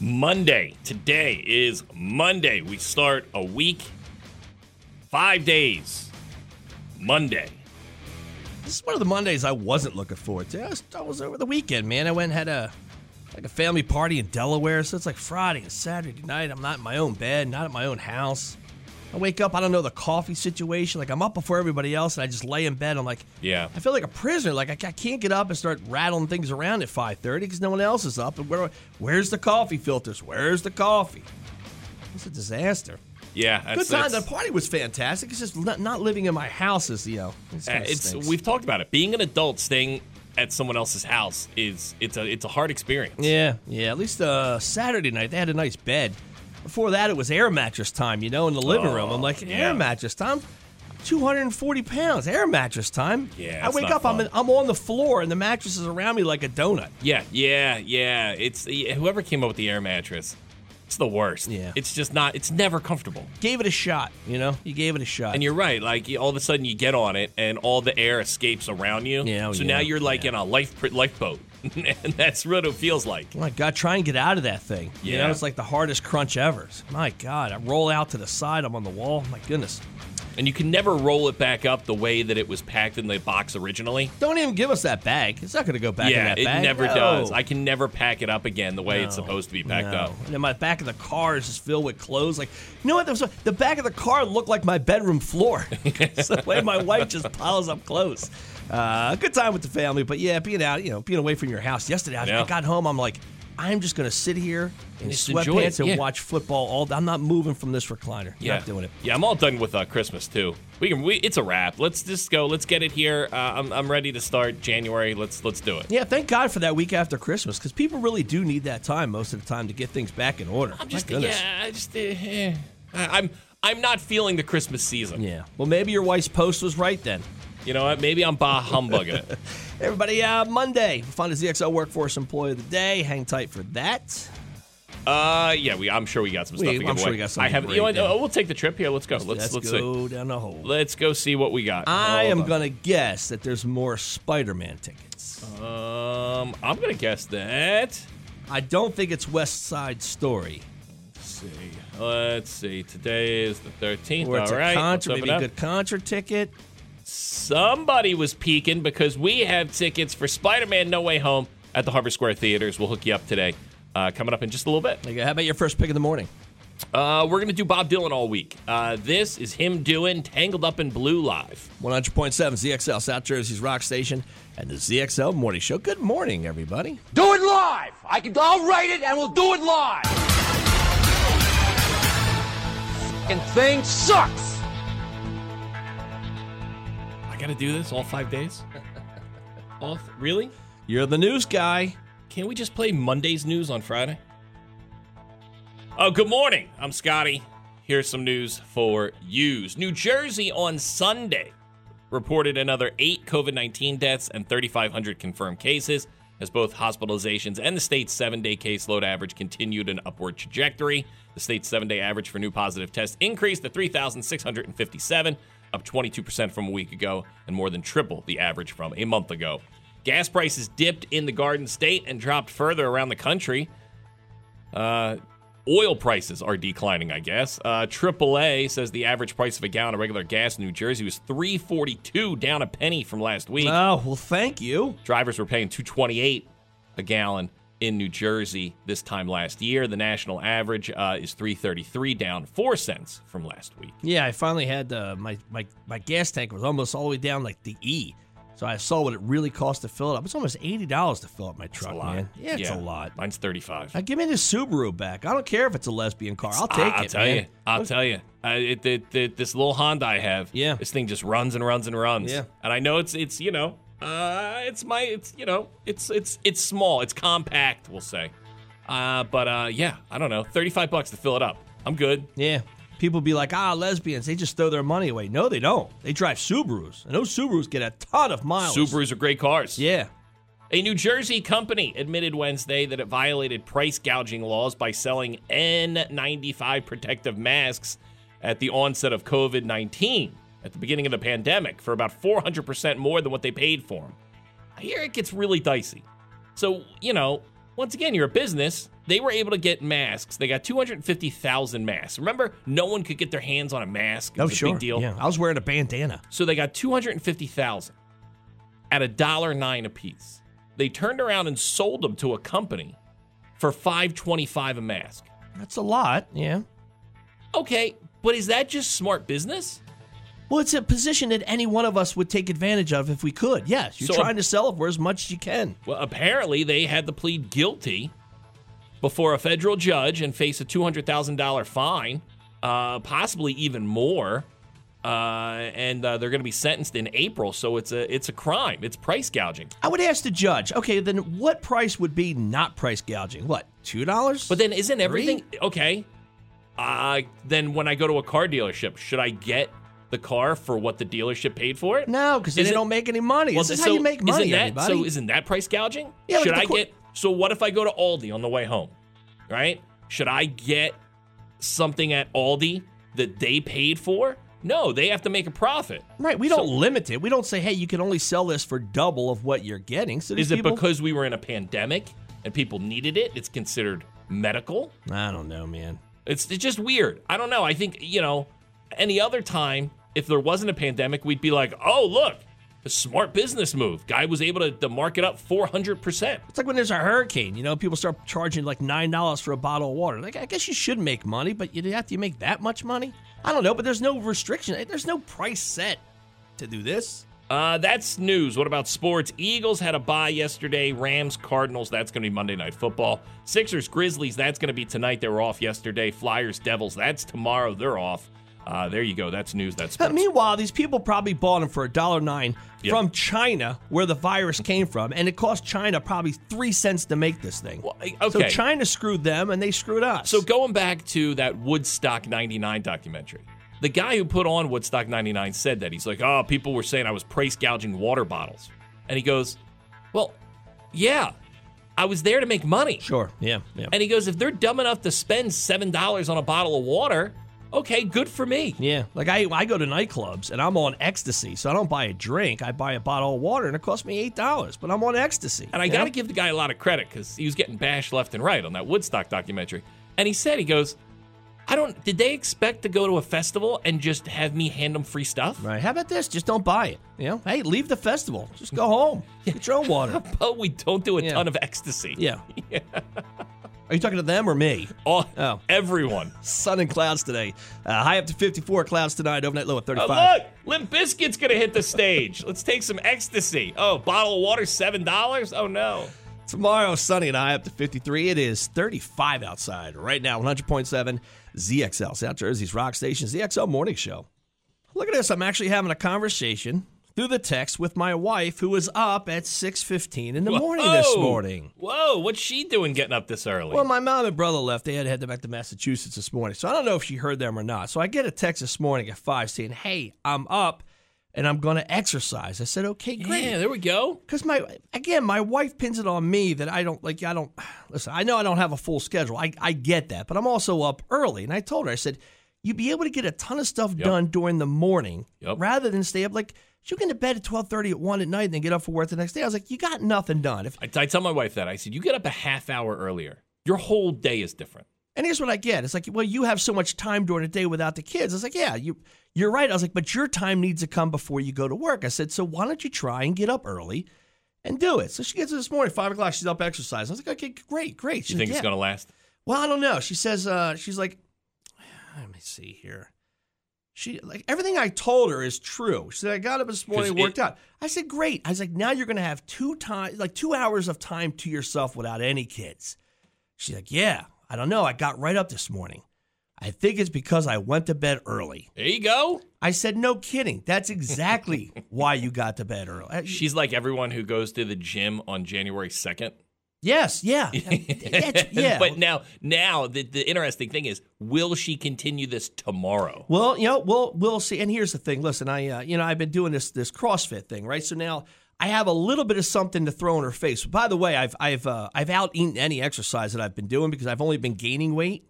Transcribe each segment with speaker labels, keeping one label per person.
Speaker 1: Monday. Today is Monday. We start a week, five days. Monday.
Speaker 2: This is one of the Mondays I wasn't looking forward to. I was, I was over the weekend, man. I went and had a like a family party in Delaware, so it's like Friday and Saturday night. I'm not in my own bed, not at my own house. I wake up, I don't know the coffee situation. Like I'm up before everybody else, and I just lay in bed. I'm like,
Speaker 1: Yeah.
Speaker 2: I feel like a prisoner. Like I, ca- I can't get up and start rattling things around at 5:30 because no one else is up. And where, do I- where's the coffee filters? Where's the coffee? It's a disaster.
Speaker 1: Yeah, that's,
Speaker 2: Good time. The
Speaker 1: that's-
Speaker 2: party was fantastic. It's just not, not living in my house is you know. It's,
Speaker 1: uh, it's we've talked about it. Being an adult staying at someone else's house is it's a it's a hard experience.
Speaker 2: yeah, yeah. At least uh, Saturday night they had a nice bed. Before that, it was air mattress time. You know, in the living room. I'm like
Speaker 1: Oh, yeah.
Speaker 2: air mattress time. 240 pounds air mattress time.
Speaker 1: Yeah,
Speaker 2: I
Speaker 1: it's
Speaker 2: wake
Speaker 1: not
Speaker 2: up. I'm
Speaker 1: fun.
Speaker 2: in, I'm on the floor and the mattress is around me like a donut.
Speaker 1: Yeah, yeah, yeah. It's yeah, whoever came up with the air mattress. It's the worst.
Speaker 2: Yeah.
Speaker 1: It's just not. It's never comfortable.
Speaker 2: Gave it a shot. You know, you gave it a shot.
Speaker 1: And you're right. Like you- all of a sudden you get on it, and all the air escapes around you.
Speaker 2: Yeah, oh,
Speaker 1: So
Speaker 2: yeah,
Speaker 1: now you're like
Speaker 2: yeah.
Speaker 1: in a life lifeboat, and that's what it feels like.
Speaker 2: Oh My God, try and get out of that thing. You
Speaker 1: Yeah.
Speaker 2: know, it's like the hardest crunch ever. My God, I roll out to the side. I'm on the wall. My goodness.
Speaker 1: And you can never roll it back up the way that it was packed in the box originally.
Speaker 2: Don't even give us that bag. It's not going to go back in
Speaker 1: yeah,
Speaker 2: that
Speaker 1: it
Speaker 2: bag.
Speaker 1: never
Speaker 2: No.
Speaker 1: does. I can never pack it up again the way it's
Speaker 2: No,
Speaker 1: supposed to be packed
Speaker 2: no.
Speaker 1: up.
Speaker 2: And then my back of the car is just filled with clothes. Like, you know what? There was- the back of the car looked like my bedroom floor. it's the way my wife just piles up clothes. Uh, good time with the family, but yeah, being out, you know, being away from your house. Yesterday, I,
Speaker 1: Yeah.
Speaker 2: I got home. I'm like, I'm just going to sit here in
Speaker 1: Just enjoy it,
Speaker 2: sweatpants and
Speaker 1: yeah.
Speaker 2: watch football all. I'm not moving from this recliner.
Speaker 1: Yeah,
Speaker 2: Not doing it.
Speaker 1: Yeah, I'm all done with uh, Christmas too. We can. We, it's a wrap. Let's just go. Let's get it here. Uh, I'm, I'm ready to start January. Let's let's do it.
Speaker 2: Yeah, thank God for that week after Christmas because people really do need that time most of the time to get things back in order.
Speaker 1: I'm just.
Speaker 2: My goodness.
Speaker 1: Yeah, I just. Uh, eh. I- I'm. I'm not feeling the Christmas season.
Speaker 2: Yeah. Well, maybe your wife's post was right then.
Speaker 1: You know what? Maybe I'm bah humbugging it.
Speaker 2: Everybody, uh, Monday, we'll find a ZXL Workforce Employee of the Day. Hang tight for that.
Speaker 1: Uh, yeah. We. I'm sure we got some
Speaker 2: We-
Speaker 1: stuff. to give
Speaker 2: I'm sure
Speaker 1: away.
Speaker 2: we got
Speaker 1: I
Speaker 2: something
Speaker 1: have. You know
Speaker 2: great,
Speaker 1: what?
Speaker 2: yeah.
Speaker 1: Oh, we'll take the trip here. Let's go. Let's let's see.
Speaker 2: go down the hole.
Speaker 1: Let's go see what we got. Oh,
Speaker 2: I
Speaker 1: Hold
Speaker 2: am
Speaker 1: on.
Speaker 2: going to guess that there's more Spider Man tickets.
Speaker 1: Uh-huh. Um, I'm gonna guess that.
Speaker 2: I don't think it's West Side Story.
Speaker 1: Let's see. Let's see. Today is the 13th.
Speaker 2: Or it's
Speaker 1: All right.
Speaker 2: a
Speaker 1: let's
Speaker 2: concert,
Speaker 1: open
Speaker 2: maybe a
Speaker 1: up.
Speaker 2: good concert ticket.
Speaker 1: Somebody was peeking because we have tickets for Spider-Man: No Way Home at the Harbor Square Theaters. We'll hook you up today. Uh, coming up in just a little bit.
Speaker 2: Like, How about your first pick of the morning?
Speaker 1: Uh, we're gonna do Bob Dylan all week. Uh, this is him doing "Tangled Up in Blue" live.
Speaker 2: 100.7 ZXL, South Jersey's Rock Station, and the ZXL Morning Show. Good morning, everybody.
Speaker 3: Do it live. I can. I'll write it, and we'll do it live. And thing sucks.
Speaker 1: I gotta do this all five days. all th- really?
Speaker 2: You're the news guy.
Speaker 1: Can't we just play Monday's news on Friday? Oh, good morning. I'm Scotty. Here's some news for yous. New Jersey on Sunday reported another eight COVID 19 deaths and 3,500 confirmed cases as both hospitalizations and the state's seven day caseload average continued an upward trajectory. The state's seven day average for new positive tests increased to 3,657, up 22% from a week ago, and more than triple the average from a month ago. Gas prices dipped in the Garden State and dropped further around the country. Uh, oil prices are declining, I guess. Uh, AAA says the average price of a gallon of regular gas in New Jersey was 3.42, down a penny from last week.
Speaker 2: Oh, well, thank you.
Speaker 1: Drivers were paying 2.28 a gallon in New Jersey this time last year. The national average uh, is 333, down four cents from last week.
Speaker 2: Yeah, I finally had uh, my, my my gas tank was almost all the way down like the E, so I saw what it really cost to fill it up. It's almost eighty dollars to fill up my truck, man. Yeah, it's a lot.
Speaker 1: Mine's 35.
Speaker 2: Now, give me the Subaru back. I don't care if it's a lesbian car. I'll take
Speaker 1: I- I'll
Speaker 2: it,
Speaker 1: tell
Speaker 2: man.
Speaker 1: you. I'll tell you. I, it, it, it- this little Honda I have.
Speaker 2: Yeah.
Speaker 1: This thing just runs and runs and runs.
Speaker 2: Yeah.
Speaker 1: And I know it's it's you know, uh, it's my it's you know, it's it's it's small. It's compact. We'll say. Uh, but uh, yeah, I don't know. Thirty-five bucks to fill it up. I'm good.
Speaker 2: Yeah. People be like, ah, lesbians, they just throw their money away. No, they don't. They drive Subarus, and those Subarus get a ton of miles.
Speaker 1: Subarus are great cars.
Speaker 2: Yeah.
Speaker 1: A New Jersey company admitted Wednesday that it violated price gouging laws by selling N95 protective masks at the onset of COVID 19 at the beginning of the pandemic for about 400% more than what they paid for them. I hear it gets really dicey. So, you know, once again, you're a business. They were able to get masks. They got 250,000 masks. Remember, no one could get their hands on a mask. It
Speaker 2: Oh,
Speaker 1: was a
Speaker 2: sure.
Speaker 1: big deal.
Speaker 2: Yeah. I was wearing a bandana.
Speaker 1: So they got 250,000 at a dollar nine apiece. They turned around and sold them to a company for 525 a mask.
Speaker 2: That's a lot. Yeah.
Speaker 1: Okay, but is that just smart business?
Speaker 2: Well, it's a position that any one of us would take advantage of if we could. Yes. You're
Speaker 1: So-
Speaker 2: trying to sell it for as much as you can.
Speaker 1: Well, apparently they had to plead guilty before a federal judge and face a $200,000 fine, uh, possibly even more. Uh, and uh, they're going to be sentenced in April, so it's a it's a crime. It's price gouging.
Speaker 2: I would ask the judge, okay, then what price would be not price gouging? What, $2?
Speaker 1: But then isn't everything okay? Uh then when I go to a car dealership, should I get the car for what the dealership paid for it?
Speaker 2: no, because they
Speaker 1: Isn't-
Speaker 2: don't make any money.
Speaker 1: Well,
Speaker 2: this is
Speaker 1: so
Speaker 2: how you make money,
Speaker 1: Isn't that,
Speaker 2: everybody.
Speaker 1: So isn't that price gouging?
Speaker 2: Yeah, but
Speaker 1: should
Speaker 2: the
Speaker 1: I
Speaker 2: qu-
Speaker 1: get so what if I go to Aldi on the way home? Right? Should I get something at Aldi that they paid for? No, they have to make a profit.
Speaker 2: right. We
Speaker 1: so-
Speaker 2: don't limit it. We don't say, hey, you can only sell this for double of what you're getting. So these
Speaker 1: Is it
Speaker 2: people-
Speaker 1: because we were in a pandemic and people needed it? It's considered medical?
Speaker 2: I don't know, man.
Speaker 1: It's, it's just weird. I don't know. I think, you know, any other time, if there wasn't a pandemic, we'd be like, oh, look, a smart business move. Guy was able to, to mark it up 400%.
Speaker 2: It's like when there's a hurricane, you know, people start charging like nine dollars for a bottle of water. Like, I guess you should make money, but you have to make that much money. I don't know, but there's no restriction. There's no price set to do this.
Speaker 1: Uh, that's news. What about sports? Eagles had a bye yesterday. Rams, Cardinals, that's going to be Monday Night Football. Sixers, Grizzlies, that's going to be tonight. They were off yesterday. Flyers, Devils, that's tomorrow. They're off. Uh, there you go. That's news. That's
Speaker 2: But
Speaker 1: sports.
Speaker 2: meanwhile, these people probably bought them for a dollar nine
Speaker 1: Yeah.
Speaker 2: from China, where the virus came from, and it cost China probably three cents to make this thing.
Speaker 1: Well, I-
Speaker 2: So
Speaker 1: okay.
Speaker 2: China screwed them, and they screwed us.
Speaker 1: So going back to that Woodstock 99 documentary, the guy who put on Woodstock 99 said that. He's like, oh, people were saying I was price gouging water bottles. And he goes, well, yeah, I was there to make money.
Speaker 2: sure, yeah, yeah,
Speaker 1: And he goes, if they're dumb enough to spend $7 on a bottle of water, okay, good for me.
Speaker 2: yeah. Like I, I go to nightclubs and I'm on ecstasy, so I don't buy a drink. I buy a bottle of water, and it costs me eight dollars, but I'm on ecstasy.
Speaker 1: And I
Speaker 2: you
Speaker 1: got
Speaker 2: know?
Speaker 1: to give the guy a lot of credit because he was getting bashed left and right on that Woodstock documentary. And he said, he goes, I don't, did they expect to go to a festival and just have me hand them free stuff?
Speaker 2: Right. How about this? Just don't buy it. You know, hey, leave the festival. Just go home. Get your own water.
Speaker 1: but we don't do a
Speaker 2: Yeah.
Speaker 1: ton of ecstasy.
Speaker 2: Yeah. Are you talking to them or me?
Speaker 1: All,
Speaker 2: Oh.
Speaker 1: Everyone.
Speaker 2: Sun and clouds today. Uh, high up to 54 clouds tonight. Overnight low at
Speaker 1: Oh,
Speaker 2: 35.
Speaker 1: look, Limp Biscuit's going to hit the stage. Let's take some ecstasy. Oh, bottle of water, $7? Oh, no.
Speaker 2: Tomorrow, sunny and high up to 53. It is 35 outside right now. 100.7 ZXL, South Jersey's rock station, ZXL Morning Show. Look at this. I'm actually having a conversation through the text with my wife, who was up at 6:15 in the morning this
Speaker 1: Whoa.
Speaker 2: morning.
Speaker 1: Whoa, what's she doing getting up this early?
Speaker 2: Well, my mom and brother left. They had to head back to Massachusetts this morning. So I don't know if she heard them or not. So I get a text this morning at 5 saying, Hey, I'm up and I'm going to exercise. I said, Okay,
Speaker 1: yeah,
Speaker 2: great.
Speaker 1: there we go.
Speaker 2: Because my, again, my wife pins it on me that I don't, like, I don't, listen, I know I don't have a full schedule. I, I get that. But I'm also up early. And I told her, I said, You'd be able to get a ton of stuff done during the morning
Speaker 1: Yep.
Speaker 2: rather than stay up. Like, you can get to bed at 12.30 at 1 at night and then get up for work the next day. I was like, You got nothing done. If
Speaker 1: I, I tell my wife that. I said, you get up a half hour earlier. Your whole day is different.
Speaker 2: And here's what I get. It's like, well, you have so much time during the day without the kids. I was like, yeah, you you're right. I was like, but your time needs to come before you go to work. I said, so why don't you try and get up early and do it. So she gets it this morning, five o'clock. She's up exercising. I was like, okay, great, great. She's
Speaker 1: you think
Speaker 2: like,
Speaker 1: it's
Speaker 2: yeah.
Speaker 1: gonna last?
Speaker 2: Well, I don't know. She says uh, she's like, let me see here. She like everything I told her is true. She said I got up this morning,
Speaker 1: 'Cause it-
Speaker 2: worked out. I said great. I was like, now you're gonna have two time like two hours of time to yourself without any kids. She's like, yeah. I don't know. I got right up this morning. I think it's because I went to bed early.
Speaker 1: There you go.
Speaker 2: I said, no kidding. That's exactly why you got to bed early. Uh,
Speaker 1: She's like everyone who goes to the gym on January second.
Speaker 2: yes, yeah, That's- yeah.
Speaker 1: but now, now the, the interesting thing is, will she continue this tomorrow?
Speaker 2: Well, you know, we'll we'll see. And here's the thing. Listen, I uh, you know I've been doing this this CrossFit thing, right? So now I have a little bit of something to throw in her face. By the way, I've I've uh, I've out eaten any exercise that I've been doing because I've only been gaining weight,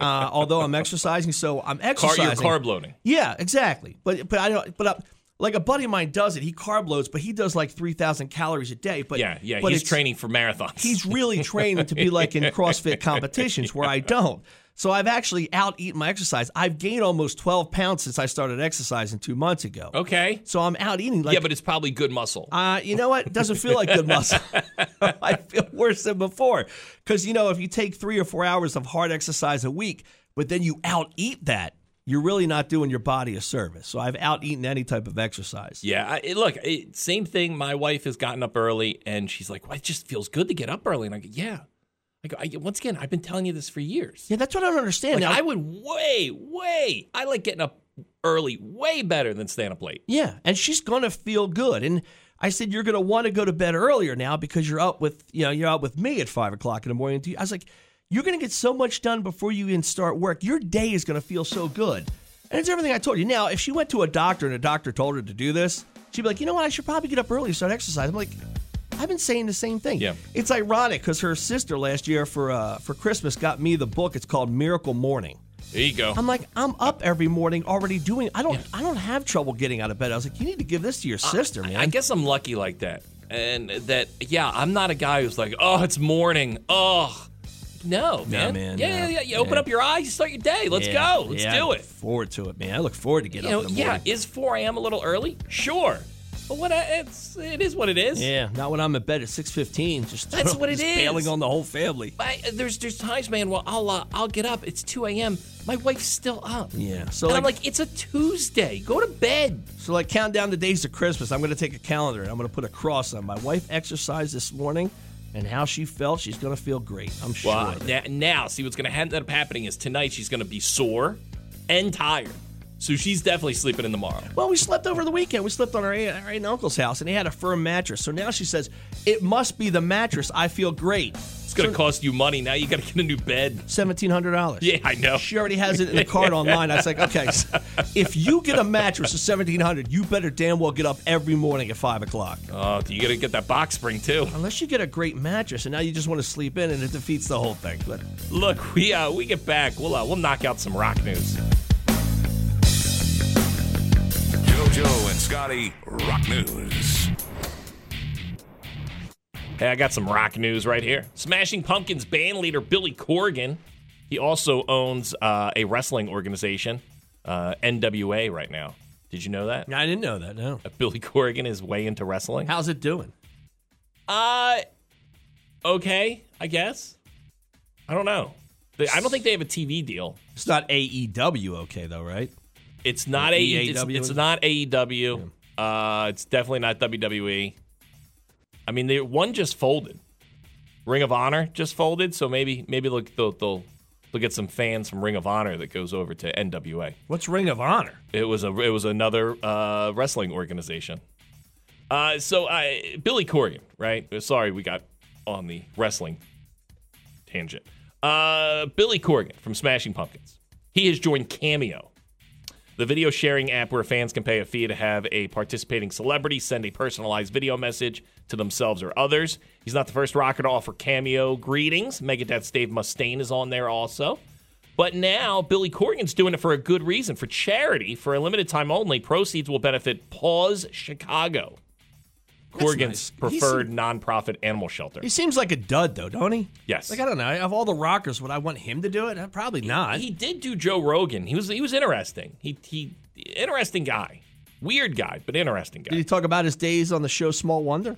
Speaker 2: uh, although I'm exercising. So I'm
Speaker 1: Car,
Speaker 2: exercising.
Speaker 1: you're carb loading.
Speaker 2: Yeah, exactly. But but I don't. But uh, like a buddy of mine does it. He carb loads, but he does like three thousand calories a day. But
Speaker 1: Yeah, yeah.
Speaker 2: But
Speaker 1: he's
Speaker 2: it's-
Speaker 1: training for marathons.
Speaker 2: he's really training to be like in CrossFit competitions where I don't. So I've actually out eaten my exercise. I've gained almost 12 pounds since I started exercising two months ago.
Speaker 1: okay.
Speaker 2: So I'm out eating. Like,
Speaker 1: yeah, but it's probably good muscle.
Speaker 2: uh, you know what? It doesn't feel like good muscle. I feel worse than before. Because, you know, if you take three or four hours of hard exercise a week, but then you out eat that, you're really not doing your body a service. So I've out eaten any type of exercise.
Speaker 1: yeah, I, it- look, it, same thing. My wife has gotten up early, and she's like, "Well, it just feels good to get up early." And I go, "Yeah." I go, I, once again, I've been telling you this for years.
Speaker 2: Yeah, that's what I don't understand.
Speaker 1: Like,
Speaker 2: Now-
Speaker 1: I would way, way. I like getting up early, way better than staying up late.
Speaker 2: Yeah, and she's gonna feel good. And I said, you're gonna want to go to bed earlier now because you're up with you know you're out with me at five o'clock in the morning. I was like, you're gonna get so much done before you even start work. Your day is gonna feel so good. And it's everything I told you. Now, if she went to a doctor and a doctor told her to do this, she'd be like, you know what? I should probably get up early and start exercising. I'm like, I've been saying the same thing.
Speaker 1: Yeah.
Speaker 2: It's ironic because her sister last year for uh, for Christmas got me the book. It's called Miracle Morning.
Speaker 1: There you go.
Speaker 2: I'm like, I'm up every morning already doing. I don't, I don't have trouble getting out of bed. I was like, you need to give this to your sister, man.
Speaker 1: Uh, I guess I'm lucky like that. And that, yeah, I'm not a guy who's like, oh, it's morning. Oh, no, man.
Speaker 2: man,
Speaker 1: yeah,
Speaker 2: no.
Speaker 1: yeah, yeah. You open
Speaker 2: Yeah.
Speaker 1: up your eyes, you start your day. Let's
Speaker 2: Yeah,
Speaker 1: go. Let's
Speaker 2: yeah, I
Speaker 1: do
Speaker 2: look
Speaker 1: it.
Speaker 2: Forward to it, man. I look forward to
Speaker 1: You
Speaker 2: getting
Speaker 1: know,
Speaker 2: up in the
Speaker 1: yeah,
Speaker 2: morning.
Speaker 1: is 4 a.m. a little early? Sure. But what I, it's, it is what it is.
Speaker 2: yeah, not when I'm in bed at 6:15. Just
Speaker 1: That's what it
Speaker 2: just
Speaker 1: is.
Speaker 2: Bailing on the whole family.
Speaker 1: I, uh, there's there's times, man, where I'll uh, I'll get up. It's 2 a.m. My wife's still up.
Speaker 2: Yeah. So
Speaker 1: and
Speaker 2: like,
Speaker 1: I'm like, it's a Tuesday. Go to bed.
Speaker 2: so like, count down the days to Christmas. I'm gonna take a calendar and I'm gonna put a cross on. My wife exercised this morning, and how she felt, she's gonna feel great. I'm sure.
Speaker 1: Well,
Speaker 2: of it.
Speaker 1: na- now, see what's going to end up happening is tonight she's going to be sore and tired. So she's definitely sleeping in tomorrow.
Speaker 2: Well, we slept over the weekend. We slept on our aunt, our aunt and uncle's house, and he had a firm mattress. So now she says, "It must be the mattress. I feel great."
Speaker 1: It's going to cost you money. Now you got to get a new bed.
Speaker 2: Seventeen hundred dollars.
Speaker 1: Yeah, I know.
Speaker 2: She already has it in the card online. I was like, okay, s- if you get a mattress for seventeen hundred, you better damn well get up every morning at five o'clock.
Speaker 1: Oh, you got to get that box spring too.
Speaker 2: Unless you get a great mattress, and now you just want to sleep in, and it defeats the whole thing. But
Speaker 1: Look, we uh, we get back. We'll uh, we'll knock out some rock news.
Speaker 4: JoJo and Scotty Rock News.
Speaker 1: Hey, I got some rock news right here. Smashing Pumpkins band leader Billy Corgan. He also owns uh, a wrestling organization, uh, NWA, right now. Did you know that?
Speaker 2: I didn't know that. No.
Speaker 1: Billy Corgan is way into wrestling.
Speaker 2: How's it doing?
Speaker 1: Uh, okay, I guess. I don't know. They- I don't think they have a TV deal.
Speaker 2: It's not AEW, okay though, right?
Speaker 1: It's not AE, it's,
Speaker 2: EAW?
Speaker 1: it's not AEW. Uh, it's definitely not WWE. I mean, they, one just folded. Ring of Honor just folded, so maybe maybe they'll they'll, they'll they'll get some fans from Ring of Honor that goes over to NWA.
Speaker 2: What's Ring of Honor?
Speaker 1: It was a it was another uh, wrestling organization. Uh, so I Billy Corgan, right? Sorry, we got on the wrestling tangent. Uh, Billy Corgan from Smashing Pumpkins. He has joined Cameo, the video sharing app where fans can pay a fee to have a participating celebrity send a personalized video message to themselves or others. He's not the first rocker to offer Cameo greetings. Megadeth's Dave Mustaine is on there also. But now Billy Corgan's doing it for a good reason, for charity, for a limited time only. Proceeds will benefit Paws Chicago, Corgan's
Speaker 2: nice. He
Speaker 1: preferred nonprofit animal shelter.
Speaker 2: He seems like a dud though, don't he?
Speaker 1: Yes.
Speaker 2: Like I don't know. Of all the rockers, would I want him to do it? Uh, Probably not.
Speaker 1: He did do Joe Rogan. He was he was interesting. He he interesting guy. Weird guy, but interesting
Speaker 2: Did
Speaker 1: guy.
Speaker 2: he talk about his days on the show Small Wonder?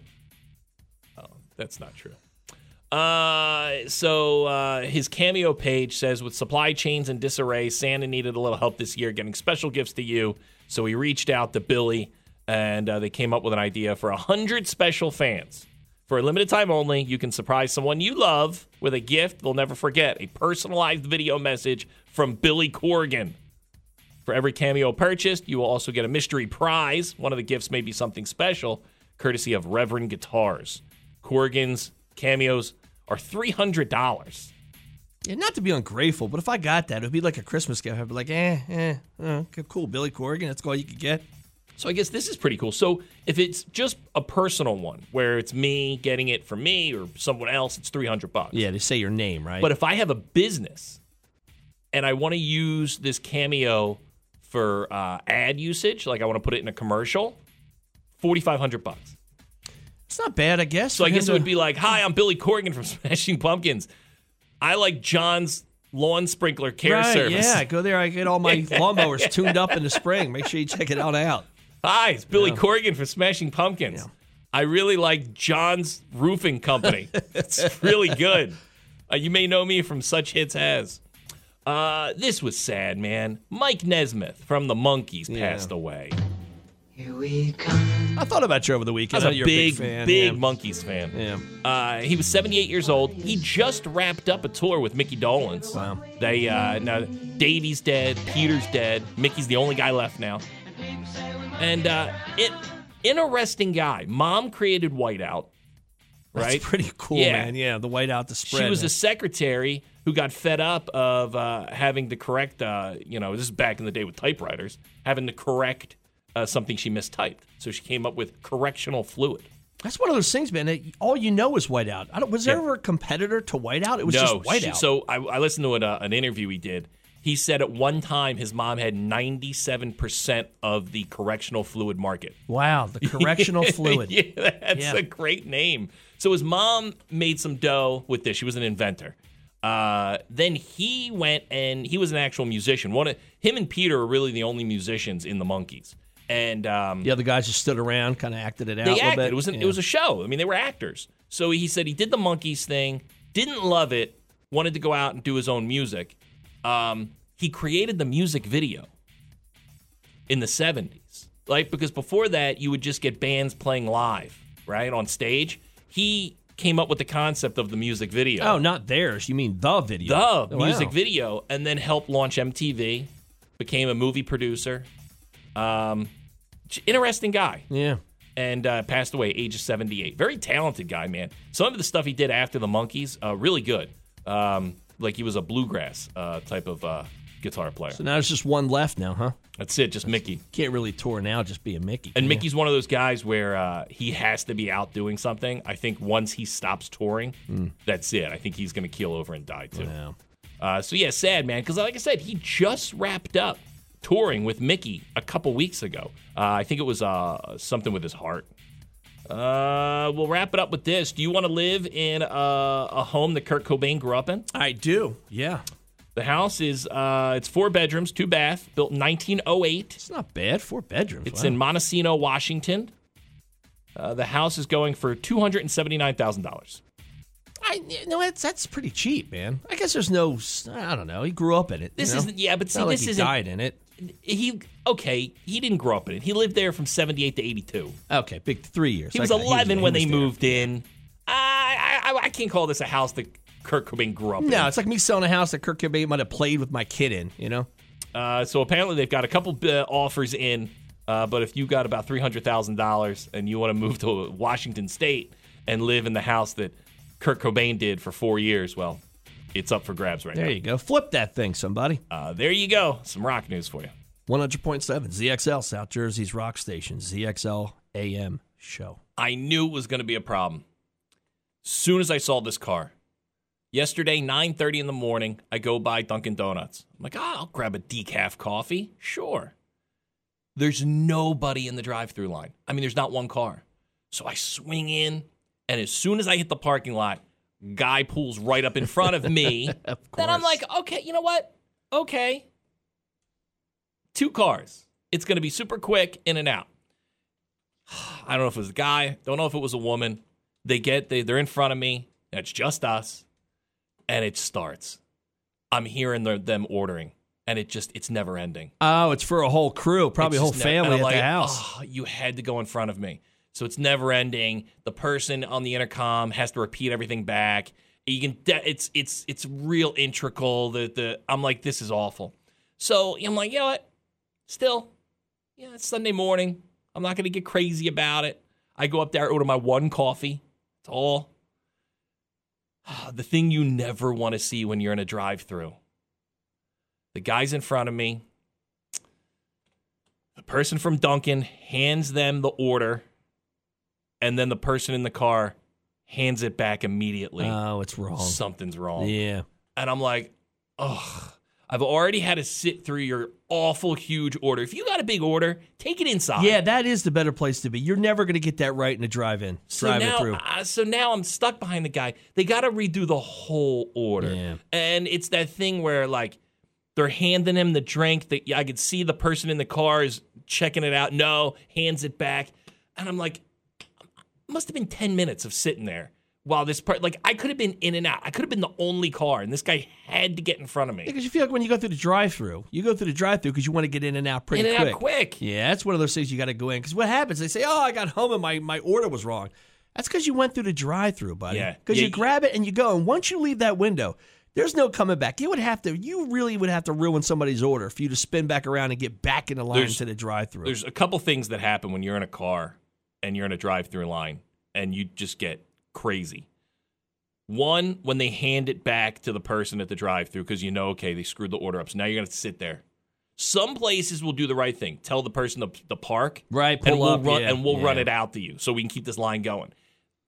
Speaker 1: That's not true. Uh, so uh, his cameo page says, with supply chains in disarray, Santa needed a little help this year getting special gifts to you. So he reached out to Billy, and uh, they came up with an idea for a hundred special fans. For a limited time only, you can surprise someone you love with a gift they'll never forget: a personalized video message from Billy Corgan. For every cameo purchased, you will also get a mystery prize. One of the gifts may be something special, courtesy of Reverend Guitars. Corrigan's cameos are $300.
Speaker 2: Yeah, not to be ungrateful, but if I got that, it would be like a Christmas gift. I'd be like, eh, eh, uh, okay, cool, Billy Corgan. That's all you could get.
Speaker 1: So I guess this is pretty cool. So if it's just a personal one where it's me getting it for me or someone else, it's 300 bucks.
Speaker 2: Yeah, they say your name, right?
Speaker 1: But if I have a business and I want to use this cameo for uh, ad usage, like I want to put it in a commercial, 4500 bucks.
Speaker 2: it's not bad, I guess.
Speaker 1: So I guess it would be like, "Hi, I'm Billy Corgan from Smashing Pumpkins. I like John's lawn sprinkler care
Speaker 2: right,
Speaker 1: service.
Speaker 2: Yeah, go there. I get all my lawnmowers tuned up in the spring. Make sure you check it all out.
Speaker 1: Hi, it's Billy Corgan from Smashing Pumpkins. I really like John's roofing company. it's really good. Uh, you may know me from such hits as. Uh, this was sad, man. Mike Nesmith from the Monkees passed away.
Speaker 2: I thought about you over the
Speaker 1: I
Speaker 2: weekend.
Speaker 1: was
Speaker 2: I
Speaker 1: a
Speaker 2: know
Speaker 1: big,
Speaker 2: you're
Speaker 1: big,
Speaker 2: a big fan. yeah.
Speaker 1: Monkees fan.
Speaker 2: Yeah.
Speaker 1: Uh, he was 78 years old. He just wrapped up a tour with Mickey Dolenz.
Speaker 2: Wow.
Speaker 1: They uh, now Davey's dead, Peter's dead, Mickey's the only guy left now. And uh, it interesting guy. Mom created Whiteout,
Speaker 2: That's
Speaker 1: right?
Speaker 2: pretty cool,
Speaker 1: Yeah.
Speaker 2: man. Yeah, the white out the spread.
Speaker 1: She was a secretary who got fed up of uh, having to correct, uh, you know, this is back in the day with typewriters, having to correct uh, something she mistyped. So she came up with correctional fluid.
Speaker 2: That's one of those things, man. That all you know is white out. I don't, was there
Speaker 1: Yeah.
Speaker 2: ever a competitor to white out? It was
Speaker 1: no,
Speaker 2: just white
Speaker 1: she-
Speaker 2: out.
Speaker 1: So I, I listened to an, uh, an interview he did. He said at one time his mom had 97% of the correctional fluid market.
Speaker 2: wow, the correctional fluid.
Speaker 1: yeah, that's
Speaker 2: Yeah.
Speaker 1: a great name. So his mom made some dough with this. She was an inventor. Uh, then he went and he was an actual musician. One of him and Peter are really the only musicians in the Monkeys. And um,
Speaker 2: The other guys just stood around, kind of acted it out a
Speaker 1: they
Speaker 2: little
Speaker 1: acted.
Speaker 2: bit.
Speaker 1: It was an,
Speaker 2: yeah.
Speaker 1: it was a show. I mean, they were actors. So he said he did the monkeys thing, didn't love it, wanted to go out and do his own music. Um, he created the music video in the seventies, like because before that you would just get bands playing live, right on stage. He came up with the concept of the music video
Speaker 2: oh, not theirs. You mean the video? Oh,
Speaker 1: the
Speaker 2: Wow.
Speaker 1: music video and then helped launch MTV, became a movie producer. Um, j- interesting guy
Speaker 2: Yeah.
Speaker 1: and uh, passed away age of 78. Very talented guy, man. Some of the stuff he did after the Monkeys, uh, really good. Um, like he was a bluegrass uh, type of uh, guitar player.
Speaker 2: So now there's just one left now, huh?
Speaker 1: That's it, just Mickey.
Speaker 2: Can't really tour now, just be a Mickey.
Speaker 1: And
Speaker 2: can you?
Speaker 1: Mickey's one of those guys where uh, he has to be out doing something. I think once he stops touring, that's it. I think he's going to keel over and die too.
Speaker 2: Wow.
Speaker 1: Uh, so yeah, sad man. Because like I said, he just wrapped up touring with Mickey a couple weeks ago. Uh, I think it was uh, something with his heart. Uh, we'll wrap it up with this. Do you want to live in a, a home that Kurt Cobain grew up in?
Speaker 2: I do. Yeah.
Speaker 1: The house is uh, it's four bedrooms, two bath, built in 1908.
Speaker 2: It's not bad. Four bedrooms.
Speaker 1: It's
Speaker 2: wow.
Speaker 1: in Montecino, Washington. Uh, the house is going for two hundred and seventy nine thousand dollars.
Speaker 2: I no, that's that's pretty cheap, man. I guess there's no. s- I don't know. He grew up in it.
Speaker 1: This
Speaker 2: you know?
Speaker 1: isn't- yeah, but
Speaker 2: It's
Speaker 1: see,
Speaker 2: not like
Speaker 1: this
Speaker 2: he
Speaker 1: isn't-
Speaker 2: died in it.
Speaker 1: He okay, he didn't grow up in it. He lived there from seventy eight to eighty two.
Speaker 2: Okay, big three years.
Speaker 1: He was
Speaker 2: I got-
Speaker 1: 11
Speaker 2: he
Speaker 1: when
Speaker 2: was
Speaker 1: they
Speaker 2: there.
Speaker 1: moved in. I, I I- I can't call this a house that Kurt Cobain grew up
Speaker 2: No, it's like me selling a house that Kirk Cobain might have played with my kid in. You know,
Speaker 1: in. Uh, so apparently they've got a couple uh, offers in, uh, but if you got about three hundred thousand dollars and you want to move to Washington State and live in the house that Kurt Cobain did for four years, well, it's up for grabs right
Speaker 2: there
Speaker 1: now.
Speaker 2: you go. Flip that thing, somebody.
Speaker 1: Uh, there you go. Some rock news for you.
Speaker 2: One hundred point seven ZXL South Jersey's rock station ZXL AM show.
Speaker 1: I knew it was going to be a problem. Soon as I saw this car, yesterday, 9.30 in the morning, I go by Dunkin' Donuts. I'm like, ah, I'll grab a decaf coffee. Sure. There's nobody in the drive-through line. I mean, there's not one car. So I swing in, and as soon as I hit the parking lot, guy pulls right up in front of me. then I'm
Speaker 2: course.
Speaker 1: like, okay, you know what? Okay. Two cars. It's going to be super quick, in and out. I don't know if it was a guy, don't know if it was a woman. They get they they're in front of me. That's just us, and it starts. I'm hearing their, them ordering, and it just it's never ending.
Speaker 2: Oh, it's for a whole crew, probably a
Speaker 1: It's
Speaker 2: whole
Speaker 1: just never- and
Speaker 2: family at
Speaker 1: I'm
Speaker 2: the
Speaker 1: like,
Speaker 2: house.
Speaker 1: "Oh, you had to go in front of me. So it's never ending. The person on the intercom has to repeat everything back. You can de- it's it's it's real integral. The the I'm like, this is awful. So I'm like, you know what? Still, yeah, it's Sunday morning. I'm not gonna get crazy about it. I go up there, order my one coffee. It's all Uh, the thing you never want to see when you're in a drive through. The guy's in front of me. The person from Duncan hands them the order, and then the person in the car hands it back immediately.
Speaker 2: Oh, it's wrong.
Speaker 1: Something's wrong.
Speaker 2: Yeah.
Speaker 1: And I'm like, ugh, I've already had to sit through your awful huge order. If you got a big order, take it inside.
Speaker 2: Yeah, that is the better place to be. You're never going to get that right in a drive-in,
Speaker 1: So
Speaker 2: drive-in
Speaker 1: now,
Speaker 2: through.
Speaker 1: uh, so now I'm stuck behind the guy. They got to redo the whole order,
Speaker 2: Yeah.
Speaker 1: and it's that thing where like they're handing him the drink. That yeah, I could see the person in the car is checking it out. No, hands it back, and I'm like, must have been ten minutes of sitting there while this part. Like I could have been in and out. I could have been the only car, and this guy had to get in front of me.
Speaker 2: Because you feel like when you go through the drive-through, you go through the drive-through because you want to get in and out pretty
Speaker 1: in and
Speaker 2: quick.
Speaker 1: out quick.
Speaker 2: Yeah, that's one of those things you got to go in. Because what happens? They say, "Oh, I got home and my, my order was wrong." That's because you went through the drive-through, buddy.
Speaker 1: Yeah.
Speaker 2: Because
Speaker 1: Yeah,
Speaker 2: you
Speaker 1: you-
Speaker 2: grab it and you go, and once you leave that window, there's no coming back. You would have to. You really would have to ruin somebody's order for you to spin back around and get back in the line
Speaker 1: There's-
Speaker 2: to the drive-through.
Speaker 1: There's a couple things that happen when you're in a car and you're in a drive-through line and you just get crazy. One, when they hand it back to the person at the drive-through because you know, okay, they screwed the order up, so now you're gonna have to sit there. Some places will do the right thing. Tell the person to, to park,
Speaker 2: Right,
Speaker 1: and
Speaker 2: pull
Speaker 1: we'll
Speaker 2: up,
Speaker 1: run
Speaker 2: yeah,
Speaker 1: and we'll run
Speaker 2: yeah.
Speaker 1: it out to you so we can keep this line going.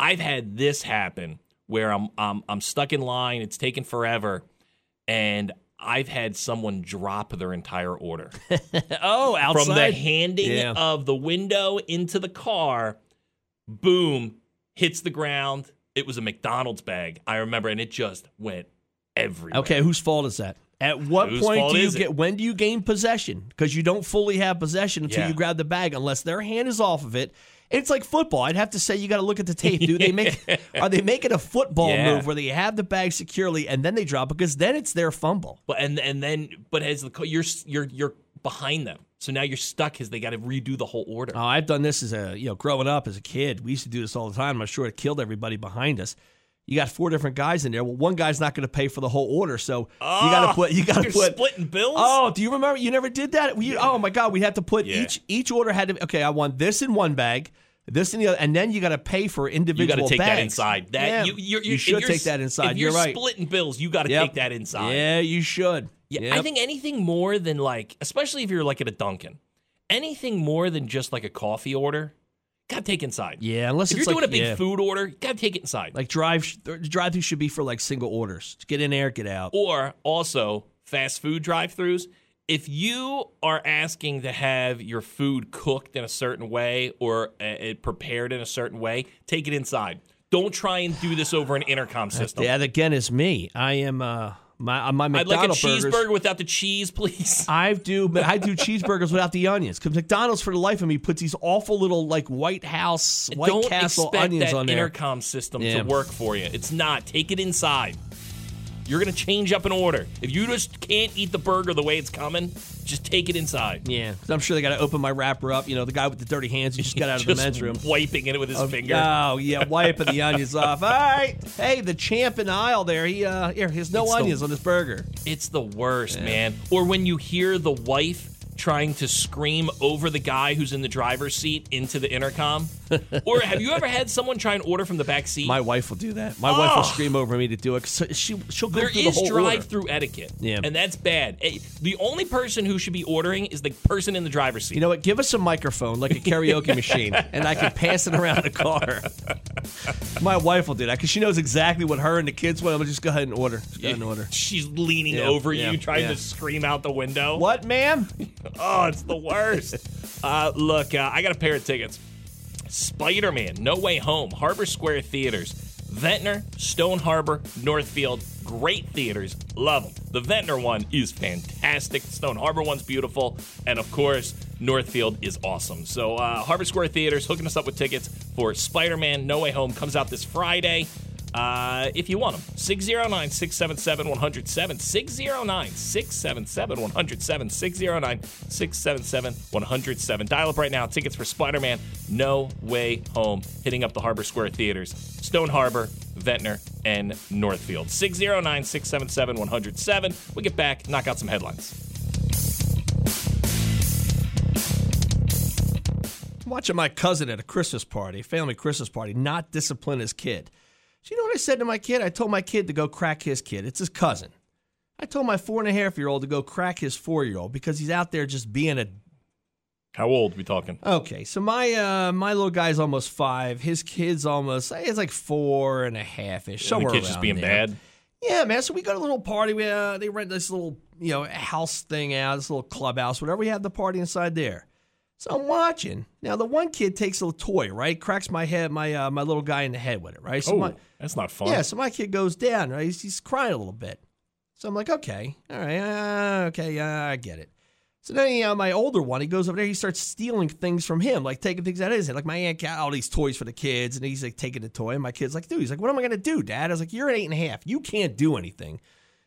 Speaker 1: I've had this happen where I'm I'm I'm stuck in line. It's taking forever, and I've had someone drop their entire order
Speaker 2: oh, outside.
Speaker 1: from the handing
Speaker 2: Yeah.
Speaker 1: of the window into the car, boom, hits the ground. It was a McDonald's bag, I remember, and it just went everywhere.
Speaker 2: Okay, whose fault is that? At what
Speaker 1: Whose
Speaker 2: point
Speaker 1: fault
Speaker 2: do you
Speaker 1: is it?
Speaker 2: get? When do you gain possession? Because you don't fully have possession until
Speaker 1: Yeah.
Speaker 2: you grab the bag, unless their hand is off of it. It's like football. I'd have to say you got to look at the tape. Do they make? are they making a football
Speaker 1: Yeah.
Speaker 2: move where they have the bag securely and then they drop? Because then it's their fumble.
Speaker 1: But and and then, but as the co- you're s- you're you're behind them, so now you're stuck because they got to redo the whole order.
Speaker 2: Oh, I've done this as a you know growing up as a kid. We used to do this all the time. I'm sure it killed everybody behind us. You got four different guys in there. Well, one guy's not going to pay for the whole order, so you got to
Speaker 1: Oh,
Speaker 2: put you got to
Speaker 1: you're
Speaker 2: put
Speaker 1: splitting bills.
Speaker 2: Oh, do you remember? You never did that. We, Oh my God, we had to put
Speaker 1: Yeah.
Speaker 2: each each order had to. Okay, I want this in one bag, this in the other, and then you got to pay for
Speaker 1: you
Speaker 2: individual.
Speaker 1: got to take that
Speaker 2: bags.
Speaker 1: inside. That
Speaker 2: yeah,
Speaker 1: you you're,
Speaker 2: you
Speaker 1: if
Speaker 2: should
Speaker 1: you're
Speaker 2: take
Speaker 1: s-
Speaker 2: that inside.
Speaker 1: If you're
Speaker 2: are right.
Speaker 1: splitting bills, you got to
Speaker 2: Yep.
Speaker 1: take that inside.
Speaker 2: Yeah, you should.
Speaker 1: Yeah, I
Speaker 2: Yep.
Speaker 1: think anything more than like, especially if you're like at a Dunkin', anything more than just like a coffee order, gotta take inside.
Speaker 2: Yeah, unless
Speaker 1: if
Speaker 2: it's
Speaker 1: you're
Speaker 2: like,
Speaker 1: doing a big
Speaker 2: yeah.
Speaker 1: food order, gotta take it inside.
Speaker 2: Like drive drive through should be for like single orders. Get in there, get out.
Speaker 1: or also fast food drive-throughs. If you are asking to have your food cooked in a certain way or uh, uh, prepared in a certain way, take it inside. Don't try and do this over an intercom system.
Speaker 2: Yeah, that again is me. I am uh my my
Speaker 1: Oh. I'd like a
Speaker 2: McDonald's burgers.
Speaker 1: cheeseburger without the cheese, please.
Speaker 2: I do I do cheeseburgers without the onions because McDonald's for the life of me puts these awful little like White House White
Speaker 1: don't
Speaker 2: Castle
Speaker 1: expect
Speaker 2: onions
Speaker 1: that
Speaker 2: on there.
Speaker 1: intercom system
Speaker 2: Yeah.
Speaker 1: to work for you. It's not. Take it inside. You're gonna change up an order. If you just can't eat the burger the way it's coming, just take it inside.
Speaker 2: Yeah, 'cause I'm sure they got to open my wrapper up. You know, the guy with the dirty hands who just got out of the
Speaker 1: Just
Speaker 2: men's room.
Speaker 1: wiping it with his finger.
Speaker 2: Oh yeah, wiping the onions off. All right, hey, the champ in the aisle there. He uh, here, he has no
Speaker 1: It's the-
Speaker 2: onions on his burger.
Speaker 1: It's the worst, man. Or when you hear the wife trying to scream over the guy who's in the driver's seat into the intercom. or have you ever had someone try and order from the back seat?
Speaker 2: My wife will do that. My wife will
Speaker 1: Ugh.
Speaker 2: scream over me to do it. 'cause she she'll go
Speaker 1: There
Speaker 2: through the
Speaker 1: is
Speaker 2: whole order.
Speaker 1: drive-through etiquette,
Speaker 2: Yeah.
Speaker 1: and that's bad. Eh, The only person who should be ordering is the person in the driver's seat.
Speaker 2: You know what? Give us a microphone like a karaoke machine, and I can pass it around the car. My wife will do that because she knows exactly what her and the kids want. I'm gonna just go ahead and order. Just go ahead and order.
Speaker 1: She's leaning
Speaker 2: Yeah,
Speaker 1: over
Speaker 2: yeah,
Speaker 1: you, trying
Speaker 2: yeah.
Speaker 1: to scream out the window.
Speaker 2: What, ma'am?
Speaker 1: Oh, it's the worst. uh, look, uh, I got a pair of tickets. Spider Man, No Way Home, Harbor Square Theaters, Ventnor, Stone Harbor, Northfield. Great theaters. Love them. The Ventnor one is fantastic. Stone Harbor one's beautiful. And of course, Northfield is awesome. So uh, Harvard Square Theater's hooking us up with tickets for Spider-Man No Way Home comes out this Friday. Uh, if you want them, 609 677 107. 609 677 107. 609 677 107. Dial up right now. Tickets for Spider Man No Way Home. Hitting up the Harbor Square Theaters, Stone Harbor, Ventnor, and Northfield. 609 677 107. We get back, knock out some headlines.
Speaker 2: Watching my cousin at a Christmas party, family Christmas party, not discipline his kid. So you know what I said to my kid? I told my kid to go crack his kid. It's his cousin. I told my four and a half year old to go crack his four year old because he's out there just being a
Speaker 1: How old we talking?
Speaker 2: Okay, so my uh, my little guy's almost five. His kid's almost it's like four and a half ish.
Speaker 1: the
Speaker 2: Somewhere
Speaker 1: kid's just
Speaker 2: around
Speaker 1: being
Speaker 2: there.
Speaker 1: bad.
Speaker 2: Yeah, man. So we go to a little party. We uh, they rent this little you know house thing out, this little clubhouse, whatever. We have the party inside there. So I'm watching. Now the one kid takes a little toy, right? Cracks my head, my uh, my little guy in the head with it, right? So
Speaker 1: Oh,
Speaker 2: my,
Speaker 1: that's not fun.
Speaker 2: yeah, so my kid goes down, right? He's, he's crying a little bit. So I'm like, okay, all right, uh, okay, uh, I get it. So then, you know, my older one, he goes over there, he starts stealing things from him, like taking things out of his head. Like my aunt got all these toys for the kids, and he's like taking the toy. And my kid's like, dude, he's like, what am I gonna do, Dad? I was like, you're an eight and a half. You can't do anything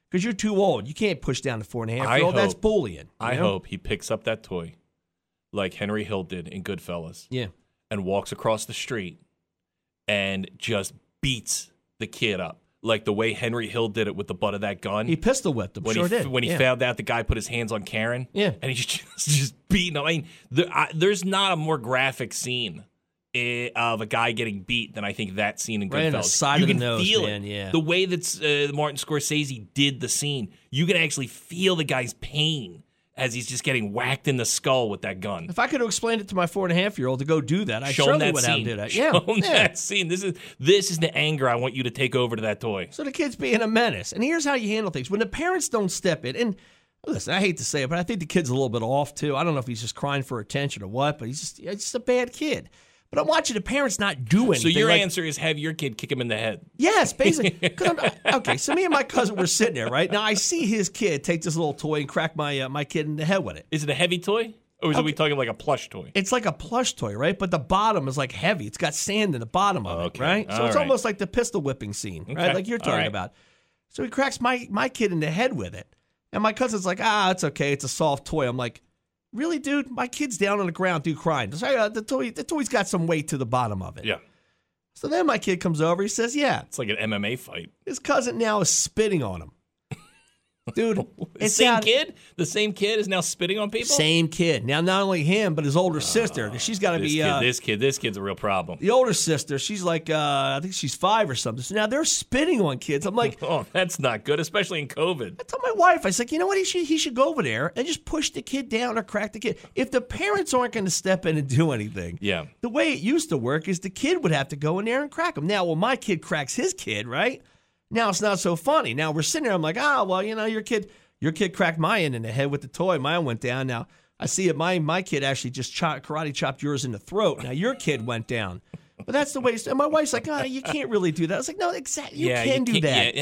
Speaker 2: because you're too old. You can't push down the four and a half
Speaker 1: I
Speaker 2: year old. That's
Speaker 1: hope-
Speaker 2: bullying. you
Speaker 1: I
Speaker 2: know?
Speaker 1: hope he picks up that toy like Henry Hill did in Goodfellas
Speaker 2: Yeah.
Speaker 1: and walks across the street and just beats the kid up. Like the way Henry Hill did it with the butt of that gun.
Speaker 2: He pistol whipped him.
Speaker 1: when
Speaker 2: sure
Speaker 1: he
Speaker 2: did.
Speaker 1: when he
Speaker 2: yeah.
Speaker 1: found out the guy put his hands on Karen,
Speaker 2: Yeah.
Speaker 1: and he's just just beating. him. I mean, there, I, there's not a more graphic scene eh, of a guy getting beat than I think that scene in Goodfellas.
Speaker 2: Right in the side
Speaker 1: you
Speaker 2: of the
Speaker 1: can
Speaker 2: nose,
Speaker 1: feel
Speaker 2: man,
Speaker 1: it.
Speaker 2: yeah.
Speaker 1: The way that uh, Martin Scorsese did the scene, you can actually feel the guy's pain as he's just getting whacked in the skull with that gun.
Speaker 2: If I could have explained it to my four and a half year old to go do that, I
Speaker 1: Show him
Speaker 2: surely
Speaker 1: that
Speaker 2: would have
Speaker 1: scene.
Speaker 2: do that.
Speaker 1: Show
Speaker 2: Yeah.
Speaker 1: him
Speaker 2: yeah.
Speaker 1: that scene. This is this is the anger I want you to take over to that toy.
Speaker 2: So the kid's being a menace. And here's how you handle things. When the parents don't step in, and listen, I hate to say it, but I think the kid's a little bit off too. I don't know if he's just crying for attention or what, but he's just, he's just a bad kid. But I'm watching the parents not do anything.
Speaker 1: So your
Speaker 2: like,
Speaker 1: answer is have your kid kick him in the head.
Speaker 2: Yes, basically. 'Cause I'm- uh, okay, so me and my cousin were sitting there, right? Now I see his kid take this little toy and crack my uh, my kid in the head with it.
Speaker 1: Is it a heavy toy? Or is it we talking like a plush toy?
Speaker 2: It's like a plush toy, right? But the bottom is like heavy. It's got sand in the bottom of
Speaker 1: Okay.
Speaker 2: it, right? so
Speaker 1: All
Speaker 2: it's
Speaker 1: right.
Speaker 2: almost like the pistol whipping scene,
Speaker 1: Okay.
Speaker 2: right? Like you're
Speaker 1: All
Speaker 2: talking
Speaker 1: right.
Speaker 2: about. So he cracks my my kid in the head with it, and my cousin's like, "Ah, it's okay. It's a soft toy." I'm like, "Really, dude? My kid's down on the ground, dude, crying. Just, "Hey, uh, the toy, the toy's got some weight to the bottom of it."
Speaker 1: Yeah.
Speaker 2: So then my kid comes over. He says, "Yeah,
Speaker 1: It's like an MMA fight.
Speaker 2: his cousin now is spitting on him, dude.
Speaker 1: The
Speaker 2: it's
Speaker 1: same
Speaker 2: out-
Speaker 1: kid? The same kid is now spitting on people?
Speaker 2: Same kid. Now, not only him, but his older sister. She's got to
Speaker 1: Ah, This
Speaker 2: be
Speaker 1: kid,
Speaker 2: uh,
Speaker 1: this kid, this kid's a real problem.
Speaker 2: the older sister, she's like, uh, I think she's five or something. So now they're spitting on kids. I'm like,
Speaker 1: Oh, that's not good, especially in COVID.
Speaker 2: I told my wife, I was like, you know what? He should, he should go over there and just push the kid down or crack the kid. If the parents aren't going to step in and do anything,
Speaker 1: Yeah.
Speaker 2: the way it used to work is the kid would have to go in there and crack him. Now, well, my kid cracks his kid, right? Now it's not so funny. Now we're sitting there, I'm like, ah, well, you know, your kid, your kid cracked my end in the head with the toy. Mine went down. Now I see it. My my kid actually just cho- karate chopped yours in the throat. Now your kid went down. But that's the way. it's- And my wife's like, ah, you can't really do that. I was like, no, exactly. You
Speaker 1: yeah,
Speaker 2: can do
Speaker 1: can't-
Speaker 2: that.
Speaker 1: Yeah,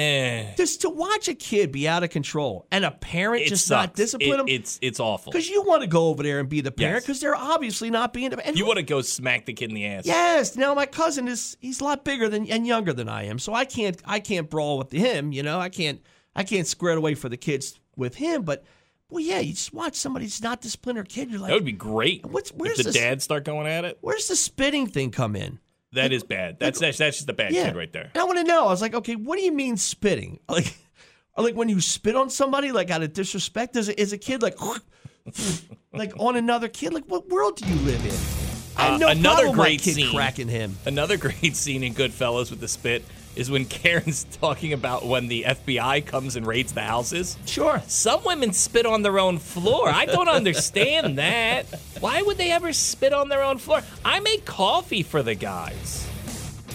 Speaker 1: eh.
Speaker 2: Just to watch a kid be out of control and a parent
Speaker 1: It
Speaker 2: just
Speaker 1: sucks.
Speaker 2: not discipline
Speaker 1: It-
Speaker 2: them
Speaker 1: It's it's awful.
Speaker 2: because you want to go over there and be the parent
Speaker 1: Yes.
Speaker 2: because they're obviously not being. the- And
Speaker 1: You want to go smack the kid in the ass.
Speaker 2: Yes. Now my cousin is he's a lot bigger than and younger than I am, so I can't I can't brawl with him. You know, I can't I can't square it away for the kids with him. But well, yeah, you just watch somebody just not discipline their kid. You're like,
Speaker 1: That would be great.
Speaker 2: What's-
Speaker 1: if
Speaker 2: where's
Speaker 1: the
Speaker 2: this-
Speaker 1: dads start going at it?
Speaker 2: where's the spitting thing come in?
Speaker 1: That is bad. That's that's, that's just a bad
Speaker 2: Yeah,
Speaker 1: kid right there.
Speaker 2: And I want to know. I was like, okay, what do you mean spitting? Like, or like when you spit on somebody, like out of disrespect, is a, is a kid like, like on another kid? Like, what world do you live in? I
Speaker 1: Uh,
Speaker 2: have no
Speaker 1: another
Speaker 2: problem my
Speaker 1: great
Speaker 2: kid
Speaker 1: scene.
Speaker 2: cracking him.
Speaker 1: Another great scene in Goodfellas with the spit is when Karen's talking about when the FBI comes and raids the houses.
Speaker 2: Sure.
Speaker 1: Some women spit on their own floor. I don't understand that. Why would they ever spit on their own floor? I make coffee for the guys.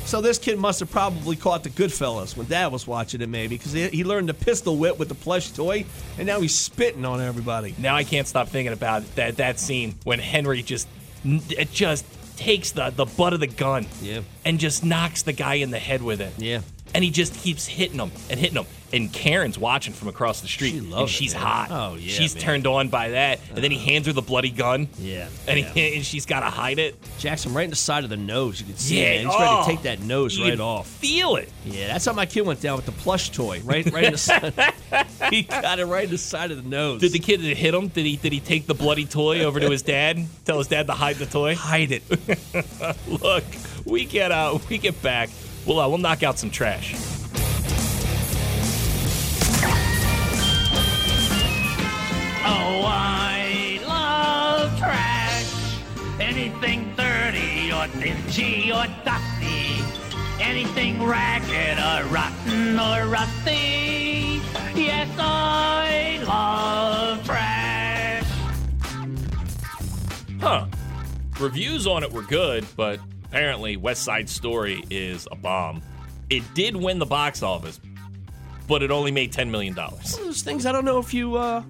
Speaker 2: So this kid must have probably caught the Goodfellas when Dad was watching it, maybe, because he, he learned the pistol whip with the plush toy, and now he's spitting on everybody.
Speaker 1: Now I can't stop thinking about that that scene when Henry just n- it just takes the the butt of the gun
Speaker 2: Yeah.
Speaker 1: and just knocks the guy in the head with it.
Speaker 2: Yeah.
Speaker 1: and he just keeps hitting them and hitting them. And Karen's watching from across the street.
Speaker 2: She
Speaker 1: and
Speaker 2: loves it,
Speaker 1: She's
Speaker 2: man.
Speaker 1: hot.
Speaker 2: Oh, yeah,
Speaker 1: She's
Speaker 2: man. Uh-huh.
Speaker 1: turned on by that. And then he hands her the bloody gun.
Speaker 2: Yeah,
Speaker 1: And,
Speaker 2: yeah.
Speaker 1: He, and she's got to hide it.
Speaker 2: Jackson right in the side of the nose. You can see,
Speaker 1: Yeah,
Speaker 2: man. He's ready
Speaker 1: oh,
Speaker 2: to take that nose
Speaker 1: You
Speaker 2: right
Speaker 1: can
Speaker 2: off.
Speaker 1: Feel it.
Speaker 2: Yeah, that's how my kid went down with the plush toy. Right, right in the side. he got it right in the side of the nose.
Speaker 1: Did the kid that hit him? Did he? Did he take the bloody toy over to his dad? Tell his dad to hide the toy.
Speaker 2: hide it?
Speaker 1: Look, we get out. we get back. We'll uh, we'll knock out some trash.
Speaker 5: Oh, I love trash. Anything dirty or dingy or dusty. Anything ragged or rotten or rusty. Yes, I love trash.
Speaker 1: Huh. Reviews on it were good, but apparently West Side Story is a bomb. It did win the box office, but it only made $10 million.
Speaker 2: Those things I don't know if you, uh,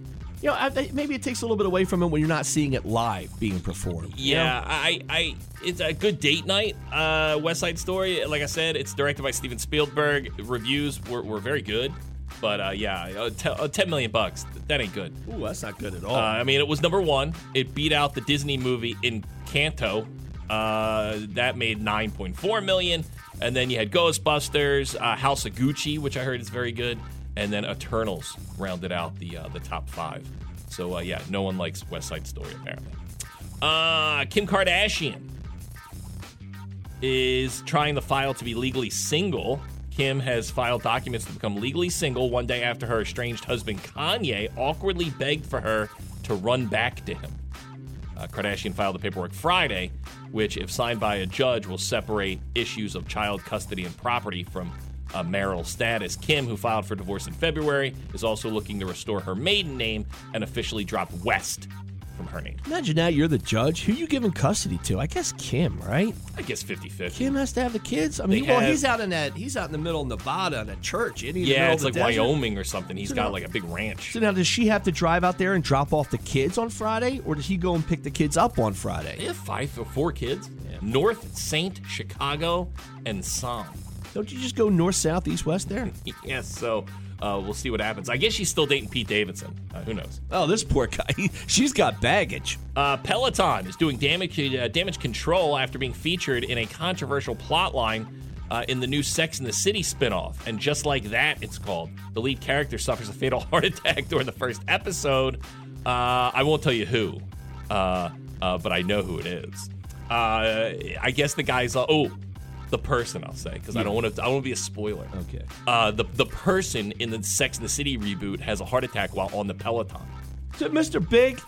Speaker 2: you know, I, I- maybe it takes a little bit away from it when you're not seeing it live being performed. you know?
Speaker 1: Yeah, I, I, it's a good date night. Uh, West Side Story, like I said, it's directed by Steven Spielberg. Reviews were, were very good, but uh, yeah, uh, te- uh, 10 million bucks. That ain't good.
Speaker 2: Ooh, that's not good at all.
Speaker 1: Uh, I mean, it was number one. It beat out the Disney movie Encanto. Uh, that made 9.4 million. And then you had Ghostbusters, uh, House of Gucci, which I heard is very good, and then Eternals rounded out the uh, the top five. So uh, yeah, no one likes West Side Story apparently. Uh, Kim Kardashian is trying to file to be legally single. Kim has filed documents to become legally single one day after her estranged husband Kanye awkwardly begged for her to run back to him. Uh, Kardashian filed the paperwork Friday, which, if signed by a judge, will separate issues of child custody and property from uh, marital status. Kim, who filed for divorce in February, is also looking to restore her maiden name and officially drop West from her name.
Speaker 2: Imagine that you're the judge. Who you giving custody to? I guess Kim, right?
Speaker 1: I guess 50 50.
Speaker 2: Kim has to have the kids. I mean,
Speaker 1: They
Speaker 2: well,
Speaker 1: have-
Speaker 2: he's out in that. He's out in the middle of Nevada in a church. isn't he? In the
Speaker 1: Yeah,
Speaker 2: middle
Speaker 1: it's
Speaker 2: of
Speaker 1: like
Speaker 2: the desert.
Speaker 1: Wyoming or something. He's
Speaker 2: So
Speaker 1: got
Speaker 2: now-
Speaker 1: like a big ranch.
Speaker 2: So now, does she have to drive out there and drop off the kids on Friday, or does he go and pick the kids up on
Speaker 1: They
Speaker 2: Friday?
Speaker 1: have five or four kids. North, Saint, Chicago, and Psalm.
Speaker 2: Don't you just go north, south, east, west there?
Speaker 1: Yes, so uh, we'll see what happens. I guess she's still dating Pete Davidson. Uh, who knows?
Speaker 2: Oh, this poor guy. She's got baggage.
Speaker 1: Uh, Peloton is doing damage uh, damage control after being featured in a controversial plotline uh, in the new Sex and the City spinoff, and just like that, it's called. The lead character suffers a fatal heart attack during the first episode. Uh, I won't tell you who, uh, uh, but I know who it is. Uh, I guess the guy's uh, oh, the person I'll say because I don't want to. I don't want to be a spoiler.
Speaker 2: Okay.
Speaker 1: Uh, the the person in the Sex and the City reboot has a heart attack while on the Peloton.
Speaker 2: So, Mr. Big.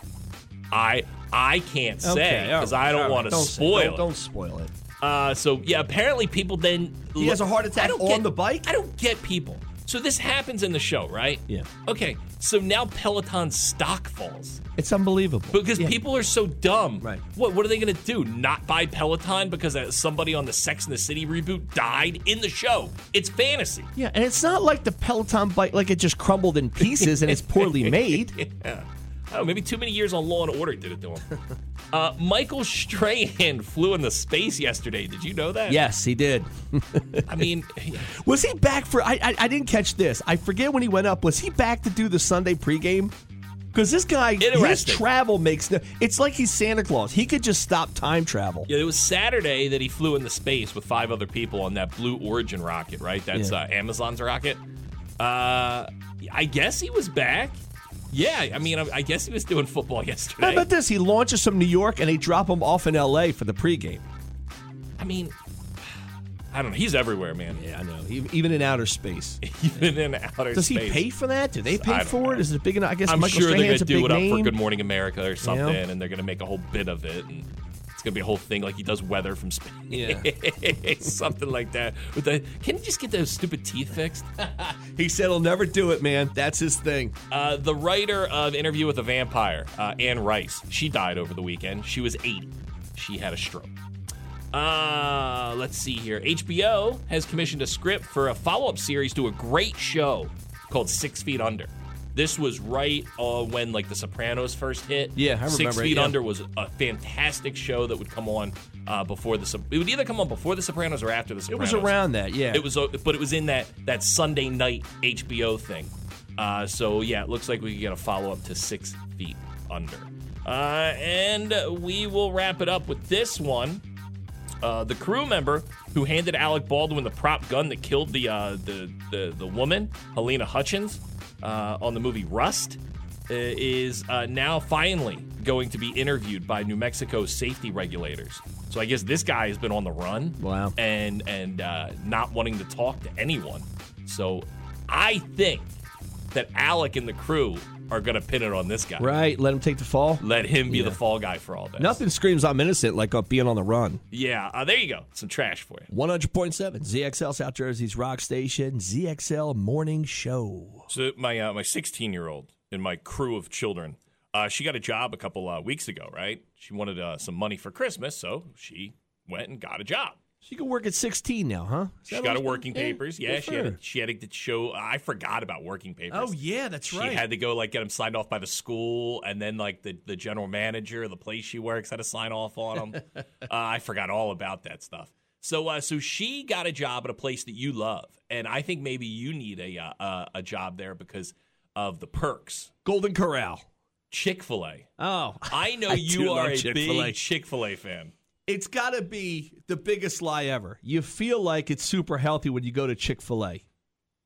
Speaker 1: I I can't say
Speaker 2: Okay, all
Speaker 1: because
Speaker 2: right,
Speaker 1: I
Speaker 2: all
Speaker 1: don't
Speaker 2: right.
Speaker 1: want to
Speaker 2: Don't say-
Speaker 1: spoil.
Speaker 2: Don't, don't spoil it.
Speaker 1: Uh, so yeah, apparently people then
Speaker 2: He has a heart attack
Speaker 1: I don't
Speaker 2: on
Speaker 1: get-
Speaker 2: the bike?
Speaker 1: I don't get people. So this happens in the show, right?
Speaker 2: Yeah.
Speaker 1: Okay, so now Peloton's stock falls
Speaker 2: It's unbelievable.
Speaker 1: because
Speaker 2: Yeah.
Speaker 1: people are so dumb.
Speaker 2: Right.
Speaker 1: What What are they gonna do? Not buy Peloton because uh, somebody on the Sex and the City reboot died in the show? It's fantasy.
Speaker 2: Yeah, and it's not like the Peloton bike, like it just crumbled in pieces and it's poorly made.
Speaker 1: Oh, maybe too many years on Law and Order did it to him. uh, Michael Strahan flew into space yesterday. Did you know that?
Speaker 2: yes, he did.
Speaker 1: I mean,
Speaker 2: Was he back for? I, I I didn't catch this. I forget when he went up. Was he back to do the Sunday pregame? Because this guy, his
Speaker 1: Interesting.
Speaker 2: travel makes no. It's like he's Santa Claus. He could just stop time travel.
Speaker 1: Yeah, it was Saturday that he flew into space with five other people on that Blue Origin rocket, right? That's
Speaker 2: Yeah.
Speaker 1: uh, Amazon's rocket. Uh, I guess he was back. Yeah, I mean, I, I guess he was doing football yesterday.
Speaker 2: How about this? He launches from New York and they drop him off in L.A. for the pregame.
Speaker 1: I mean, I don't know. He's everywhere, man.
Speaker 2: Yeah, I know. E- Even in outer space.
Speaker 1: Even in outer
Speaker 2: Does he
Speaker 1: space.
Speaker 2: pay for that? Do they
Speaker 1: I
Speaker 2: pay
Speaker 1: don't
Speaker 2: for
Speaker 1: know.
Speaker 2: it? Is it big enough? I guess
Speaker 1: I'm
Speaker 2: Michael
Speaker 1: sure they're
Speaker 2: Strahan's
Speaker 1: gonna
Speaker 2: a big
Speaker 1: do it up
Speaker 2: name.
Speaker 1: for Good Morning America or something, and they're gonna make a whole bit of it, and it's gonna be a whole thing like he does weather from space, something like that. With the, can he just get those stupid teeth fixed?
Speaker 2: He said he'll never do it, man. That's his thing.
Speaker 1: Uh, the writer of Interview with a Vampire, uh, Anne Rice, she died over the weekend. She was 80. She had a stroke. Uh, let's see here. HBO has commissioned a script for a follow up series to a great show called Six Feet Under. This was right uh, when like The Sopranos first hit.
Speaker 2: Yeah, I
Speaker 1: Six
Speaker 2: remember it,
Speaker 1: Feet
Speaker 2: yeah.
Speaker 1: Under was a fantastic show that would come on uh, before the. Sop- It would either come on before The Sopranos or after The
Speaker 2: It
Speaker 1: Sopranos.
Speaker 2: was around that, yeah.
Speaker 1: It was, uh, but it was in that that Sunday night HBO thing. Uh, so yeah, it looks like we could get a follow up to Six Feet Under, uh, and uh, we will wrap it up with this one. Uh, the crew member who handed Alec Baldwin the prop gun that killed the uh, the, the the woman Helena Hutchins uh, on the movie Rust uh, is uh, now finally going to be interviewed by New Mexico's safety regulators. So I guess this guy has been on the run,
Speaker 2: Wow.
Speaker 1: and and uh, not wanting to talk to anyone. So I think that Alec and the crew are going to pin it on this guy.
Speaker 2: Right, let him take the fall.
Speaker 1: Let him be the fall guy for all this.
Speaker 2: Nothing screams I'm innocent like uh, being on the run.
Speaker 1: Yeah. Uh, there you go. Some trash for you.
Speaker 2: 100.7 ZXL South Jersey's rock station, ZXL Morning Show.
Speaker 1: So my uh, my 16 year old in my crew of children, uh, she got a job a couple uh, weeks ago. Right? She wanted uh, some money for Christmas, so she went and got a job.
Speaker 2: She can work at 16 now, huh? Is
Speaker 1: She
Speaker 2: that
Speaker 1: got her
Speaker 2: what-
Speaker 1: working papers. Yeah,
Speaker 2: good
Speaker 1: she
Speaker 2: for
Speaker 1: had,
Speaker 2: her.
Speaker 1: a, she had to show. I forgot about working papers.
Speaker 2: Oh, yeah, that's
Speaker 1: she
Speaker 2: right.
Speaker 1: had to go like get them signed off by the school, and then like the, the general manager of the place she works had to sign off on them. uh, I forgot all about that stuff. So uh, so she got a job at a place that you love, and I think maybe you need a uh, uh, a job there because of the perks.
Speaker 2: Golden Corral.
Speaker 1: Chick fil A.
Speaker 2: Oh,
Speaker 1: I know
Speaker 2: I do
Speaker 1: you
Speaker 2: love
Speaker 1: are a
Speaker 2: Chick-fil-A.
Speaker 1: big Chick fil A fan.
Speaker 2: it's got to be the biggest lie ever. You feel like it's super healthy when you go to Chick fil A.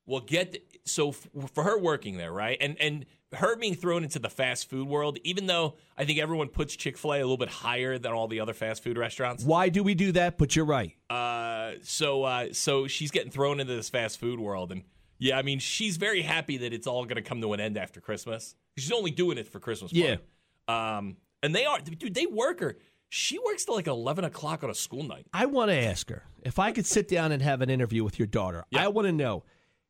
Speaker 1: Well, get the, so f- for her working there, right? And and her being thrown into the fast food world, even though I think everyone puts Chick Fil A a little bit higher than all the other fast food restaurants.
Speaker 2: Why do we do that? But you're right.
Speaker 1: Uh, so uh, so she's getting thrown into this fast food world, and yeah, I mean she's very happy that it's all going to come to an end after Christmas. She's only doing it for Christmas. party. Um, and they are, dude. They work her. She works till like eleven o'clock on a school night.
Speaker 2: I want to ask her if I could sit down and have an interview with your daughter.
Speaker 1: Yeah.
Speaker 2: I want to know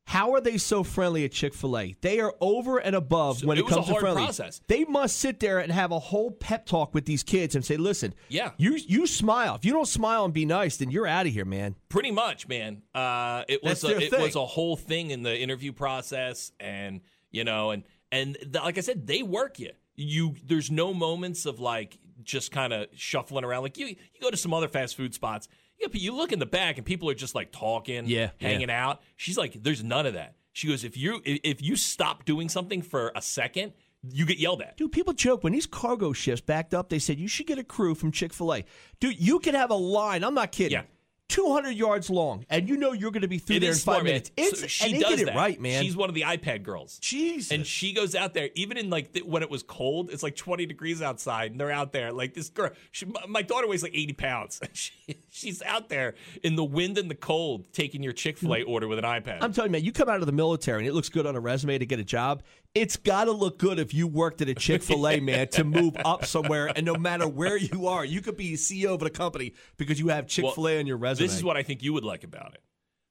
Speaker 2: how are they so friendly at Chick Fil A? They are over and above
Speaker 1: So
Speaker 2: when
Speaker 1: it
Speaker 2: it,
Speaker 1: was a
Speaker 2: comes to
Speaker 1: hard
Speaker 2: friendly.
Speaker 1: process.
Speaker 2: They must sit there and have a whole pep talk with these kids and say, "Listen,
Speaker 1: Yeah.
Speaker 2: you you smile. If you don't smile and be nice, then you're out of here, man."
Speaker 1: Pretty much, man. Uh, it was
Speaker 2: That's their
Speaker 1: a, it
Speaker 2: thing.
Speaker 1: was a whole thing in the interview process, and you know, and and the, like I said, they work you. You there's no moments of like just kind of shuffling around. Like you you go to some other fast food spots, yeah, but you look in the back and people are just like talking,
Speaker 2: Yeah,
Speaker 1: hanging out. She's like, there's none of that. She goes, if you if if you stop doing something for a second, you get yelled at.
Speaker 2: Dude, people joke when these cargo ships backed up. They said you should get a crew from Chick Fil A. Dude, you could have a line. I'm not kidding.
Speaker 1: Yeah.
Speaker 2: 200 yards long, and you know you're going to be through
Speaker 1: It
Speaker 2: there in
Speaker 1: is
Speaker 2: five
Speaker 1: smart, man.
Speaker 2: minutes. It's
Speaker 1: So
Speaker 2: and
Speaker 1: she
Speaker 2: they
Speaker 1: does
Speaker 2: did it
Speaker 1: that.
Speaker 2: right, man.
Speaker 1: She's one of the iPad girls.
Speaker 2: Jesus.
Speaker 1: And she goes out there, even in like th- when it was cold, it's like 20 degrees outside, and they're out there. Like this girl, she, my- my daughter weighs like 80 pounds. she, she's out there in the wind and the cold taking your Chick fil A order with an iPad.
Speaker 2: Mm-hmm. I'm telling you, man, you come out of the military and it looks good on a resume to get a job. It's got to look good if you worked at a Chick fil A, man, to move up somewhere. And no matter where you are, you could be CEO of a company because you have Chick
Speaker 1: Well,
Speaker 2: fil A on your resume.
Speaker 1: this is what I think you would like about it.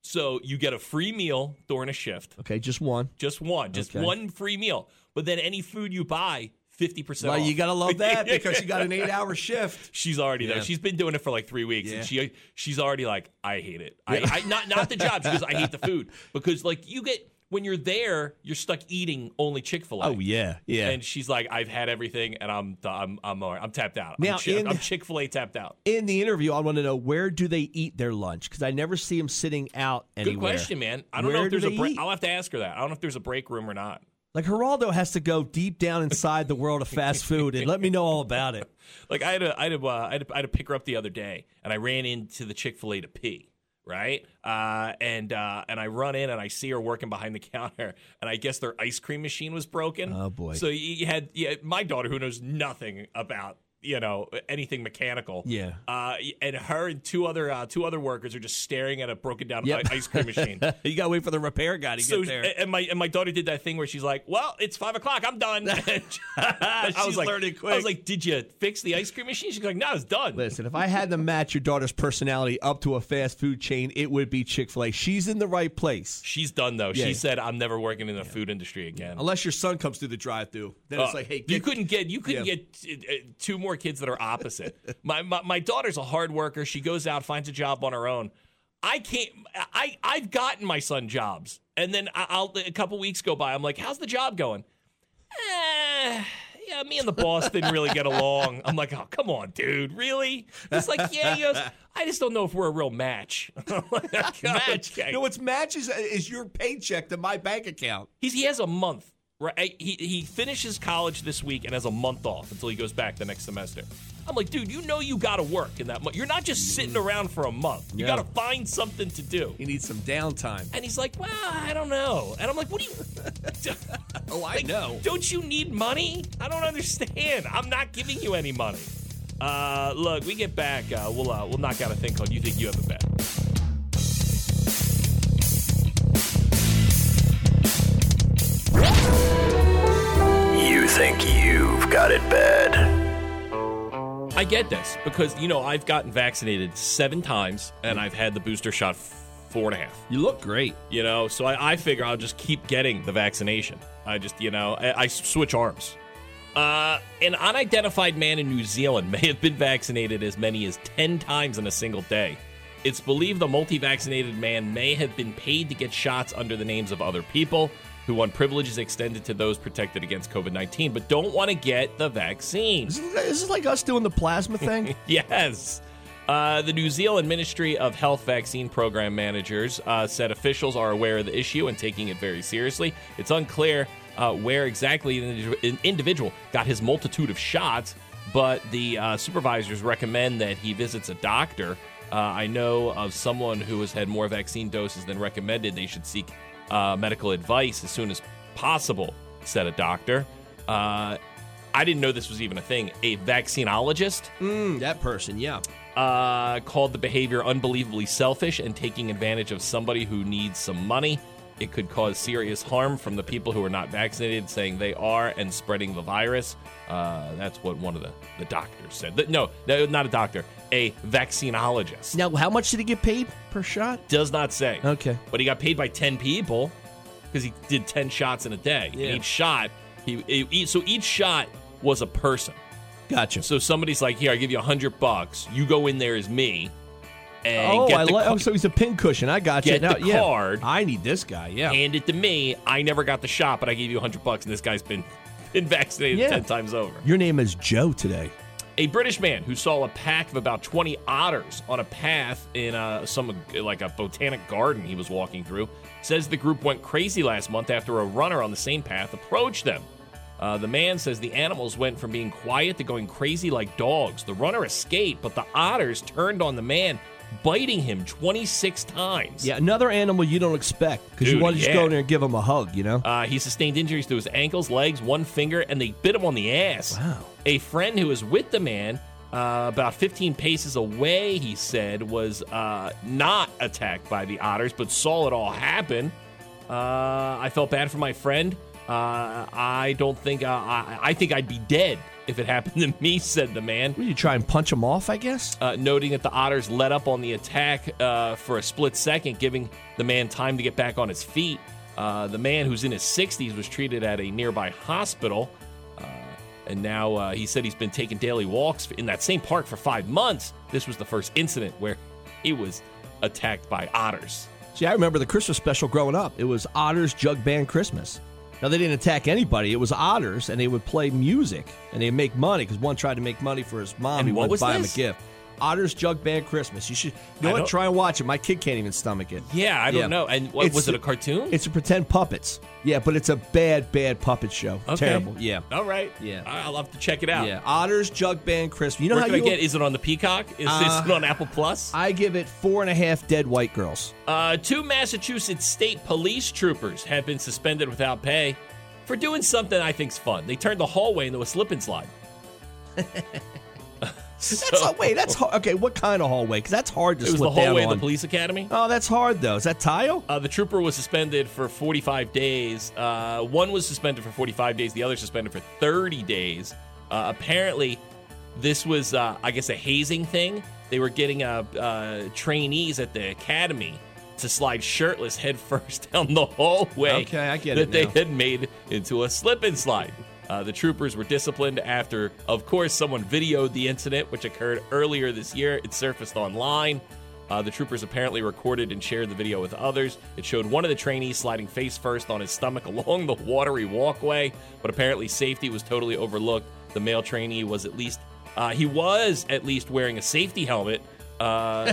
Speaker 1: So you get a free meal during a shift,
Speaker 2: Okay, just one.
Speaker 1: just one, just
Speaker 2: Okay.
Speaker 1: one free meal. But then any food you buy, 50%
Speaker 2: Well,
Speaker 1: off.
Speaker 2: you got to love that because you got an eight hour shift.
Speaker 1: She's already there.
Speaker 2: Yeah.
Speaker 1: She's been doing it for like three weeks,
Speaker 2: Yeah.
Speaker 1: and she she's already like, I hate it. I, I not not the job. She goes, I hate the food because like you get when you're there, you're stuck eating only Chick Fil A.
Speaker 2: Oh, yeah. Yeah.
Speaker 1: And she's like, I've had everything, and I'm I'm I'm all right. I'm tapped out.
Speaker 2: Now,
Speaker 1: I'm, chi-
Speaker 2: in-
Speaker 1: I'm Chick Fil A tapped out.
Speaker 2: in the interview, I want to know where do they eat their lunch because I never see them sitting out anywhere.
Speaker 1: Good question, man. I don't know
Speaker 2: Where
Speaker 1: if
Speaker 2: do
Speaker 1: there's a
Speaker 2: they
Speaker 1: break.
Speaker 2: eat?
Speaker 1: I'll have to ask her that. I don't know if there's a break room or not.
Speaker 2: Like Geraldo has to go deep down inside the world of fast food and let me know all about it.
Speaker 1: Like I had a I had a, uh, I had a, I had a picker up the other day, and I ran into the Chick Fil A to pee. Right, uh, and uh, and I run in and I see her working behind the counter, and I guess their ice cream machine was broken.
Speaker 2: Oh, boy.
Speaker 1: So you you had yeah, my daughter who knows nothing about you know anything mechanical.
Speaker 2: Yeah.
Speaker 1: uh, and her and two other uh, two other workers are just staring at a broken down
Speaker 2: Yep.
Speaker 1: i- ice cream machine.
Speaker 2: you got to wait for the repair guy to
Speaker 1: So eh,
Speaker 2: get there.
Speaker 1: and my and my daughter did that thing where she's like, "Well, it's five o'clock. I'm done." I was
Speaker 2: She's
Speaker 1: like,
Speaker 2: learning quick.
Speaker 1: I was like, "Did you fix the ice cream machine?" She's like, "No, it's done."
Speaker 2: Listen, if I had to match your daughter's personality up to a fast food chain, it would be Chick fil A. She's in the right place.
Speaker 1: She's done though.
Speaker 2: Yeah.
Speaker 1: She said, "I'm never working in the food industry again."
Speaker 2: Unless your son comes through the drive through. Then
Speaker 1: Uh,
Speaker 2: it's like, hey,
Speaker 1: you
Speaker 2: get,
Speaker 1: couldn't get you couldn't
Speaker 2: Yeah.
Speaker 1: get uh, uh, two more kids that are opposite. my, my my daughter's a hard worker. She goes out, finds a job on her own. I can't. I I've gotten my son jobs, and then I, I'll a couple weeks go by. I'm like, "How's the job going?" eh, yeah, me and the boss didn't really get along. I'm like, oh, come on, dude, really? It's like, yeah, he goes, I just don't know if we're a real match. I'm like,
Speaker 2: Match.
Speaker 1: okay.
Speaker 6: No, what's matches
Speaker 2: uh,
Speaker 6: is your paycheck to my bank account.
Speaker 1: He's, he has a month. Right, he he finishes college this week and has a month off until he goes back the next semester. I'm like, dude, you know you got to work in that month. You're not just sitting around for a month. You
Speaker 2: Yeah.
Speaker 1: got to find something to do.
Speaker 2: You need some downtime.
Speaker 1: And he's like, well, I don't know. And I'm like, what do you?
Speaker 2: Oh, I
Speaker 1: Like,
Speaker 2: know.
Speaker 1: Don't you need money? I don't understand. I'm not giving you any money. Uh, look, we get back. Uh, we'll uh, we'll knock out a thing called "You Think You Have a Bet."
Speaker 7: You think you've got it bad.
Speaker 1: I get this because you know I've gotten vaccinated seven times and I've had the booster shot f- four and a half.
Speaker 2: You look great.
Speaker 1: You know, so I, I figure I'll just keep getting the vaccination. I just you know I, I switch arms. Uh, an unidentified man in New Zealand may have been vaccinated as many as 10 times in a single day. It's believed the multi vaccinated man may have been paid to get shots under the names of other people who want privileges extended to those protected against COVID 19 but don't want to get the vaccine.
Speaker 2: Is this is this like us doing the plasma thing?
Speaker 1: Yes. Uh, the New Zealand Ministry of Health vaccine program managers uh, said officials are aware of the issue and taking it very seriously. It's unclear uh, where exactly the indiv- an individual got his multitude of shots, but the uh, supervisors recommend that he visits a doctor. Uh, I know of someone who has had more vaccine doses than recommended. They should seek uh, medical advice as soon as possible, said a doctor. Uh, I didn't know this was even a thing. A vaccinologist
Speaker 2: Mm, that person, yeah.
Speaker 1: uh, called the behavior unbelievably selfish and taking advantage of somebody who needs some money. It could cause serious harm from the people who are not vaccinated, saying they are and spreading the virus. Uh, that's what one of the, the doctors said. Th- No, no, not a doctor, a vaccinologist.
Speaker 2: Now, how much did he get paid per shot?
Speaker 1: Does not say.
Speaker 2: Okay.
Speaker 1: But he got paid by 10 people because he did 10 shots in a day.
Speaker 2: Yeah.
Speaker 1: And each shot, he, he, so each shot was a person.
Speaker 2: Gotcha.
Speaker 1: So somebody's like, here, I give you a hundred bucks. You go in there as me, and
Speaker 2: oh,
Speaker 1: get
Speaker 2: I
Speaker 1: the
Speaker 2: li-
Speaker 1: ca-
Speaker 2: oh, so he's a pincushion. I got you.
Speaker 1: Get
Speaker 2: Now-
Speaker 1: the
Speaker 2: yeah.
Speaker 1: card.
Speaker 2: I need this guy. Yeah.
Speaker 1: hand it to me. I never got the shot, but I gave you a hundred bucks, and this guy's been been vaccinated
Speaker 2: Yeah.
Speaker 1: ten times over.
Speaker 2: Your name is Joe today.
Speaker 1: A British man who saw a pack of about 20 otters on a path in uh, some like a botanic garden he was walking through says the group went crazy last month after a runner on the same path approached them. Uh, the man says the animals went from being quiet to going crazy like dogs. The runner escaped, but the otters turned on the man, biting him 26 times.
Speaker 2: Yeah, another animal you don't expect because you
Speaker 1: Dude,
Speaker 2: want to just
Speaker 1: yeah.
Speaker 2: go in there and give him a hug, you know?
Speaker 1: Uh, he sustained injuries to his ankles, legs, one finger, and they bit him on the ass.
Speaker 2: Wow.
Speaker 1: A friend who was with the man, uh, about 15 paces away, he said, was uh, not attacked by the otters, but saw it all happen. Uh, I felt bad for my friend. Uh, I don't think uh, I, I think I'd be dead if it happened to me," said the man.
Speaker 2: What, you try and punch him off, I guess?
Speaker 1: Uh, noting that the otters let up on the attack uh, for a split second, giving the man time to get back on his feet. Uh, the man, who's in his 60s, was treated at a nearby hospital, uh, and now uh, he said he's been taking daily walks in that same park for five months. This was the first incident where he was attacked by otters.
Speaker 2: See, I remember the Christmas special growing up. It was Otters Jug Band Christmas. Now, they didn't attack anybody. It was otters, and they would play music, and they'd make money because one tried to make money for his mom.
Speaker 1: And
Speaker 2: he
Speaker 1: what
Speaker 2: wanted
Speaker 1: was
Speaker 2: to buy
Speaker 1: this?
Speaker 2: him a gift. Otters Jug Band Christmas. You should, you
Speaker 1: I
Speaker 2: know what?
Speaker 1: don't-
Speaker 2: Try and watch it. My kid can't even stomach it.
Speaker 1: Yeah, I don't know. And what,
Speaker 2: It's-
Speaker 1: was it a cartoon?
Speaker 2: It's a pretend puppets. Yeah, but it's a bad, bad puppet show.
Speaker 1: Okay. Oh,
Speaker 2: Terrible. Yeah.
Speaker 1: All right.
Speaker 2: Yeah.
Speaker 1: I- I'll have to check it out.
Speaker 2: Yeah. Otters Jug Band Christmas. You know
Speaker 1: Where
Speaker 2: how
Speaker 1: can
Speaker 2: you
Speaker 1: I get? Is it on the Peacock? Is,
Speaker 2: Uh,
Speaker 1: is it on Apple Plus?
Speaker 2: I give it four and a half dead white girls.
Speaker 1: Uh, two Massachusetts state police troopers have been suspended without pay for doing something I think's fun. They turned the hallway into a slip and slide.
Speaker 2: That's oh, wait, that's hard. okay. What kind of hallway? Because that's hard to
Speaker 1: It was the
Speaker 2: slip
Speaker 1: hallway
Speaker 2: down
Speaker 1: of
Speaker 2: on.
Speaker 1: the police academy.
Speaker 2: oh, that's hard though. Is that tile?
Speaker 1: Uh, the trooper was suspended for 45 days. Uh, one was suspended for 45 days. The other suspended for 30 days. Uh, apparently, this was, uh, I guess, a hazing thing. They were getting uh, uh, trainees at the academy to slide shirtless headfirst down the hallway.
Speaker 2: Okay, I get
Speaker 1: that
Speaker 2: it
Speaker 1: they
Speaker 2: now.
Speaker 1: had made into a slip and slide. Uh, the troopers were disciplined after, of course, someone videoed the incident, which occurred earlier this year. It surfaced online. Uh, the troopers apparently recorded and shared the video with others. It showed one of the trainees sliding face first on his stomach along the watery walkway, but apparently safety was totally overlooked. The male trainee was at least uh, he was at least wearing a safety helmet. Uh,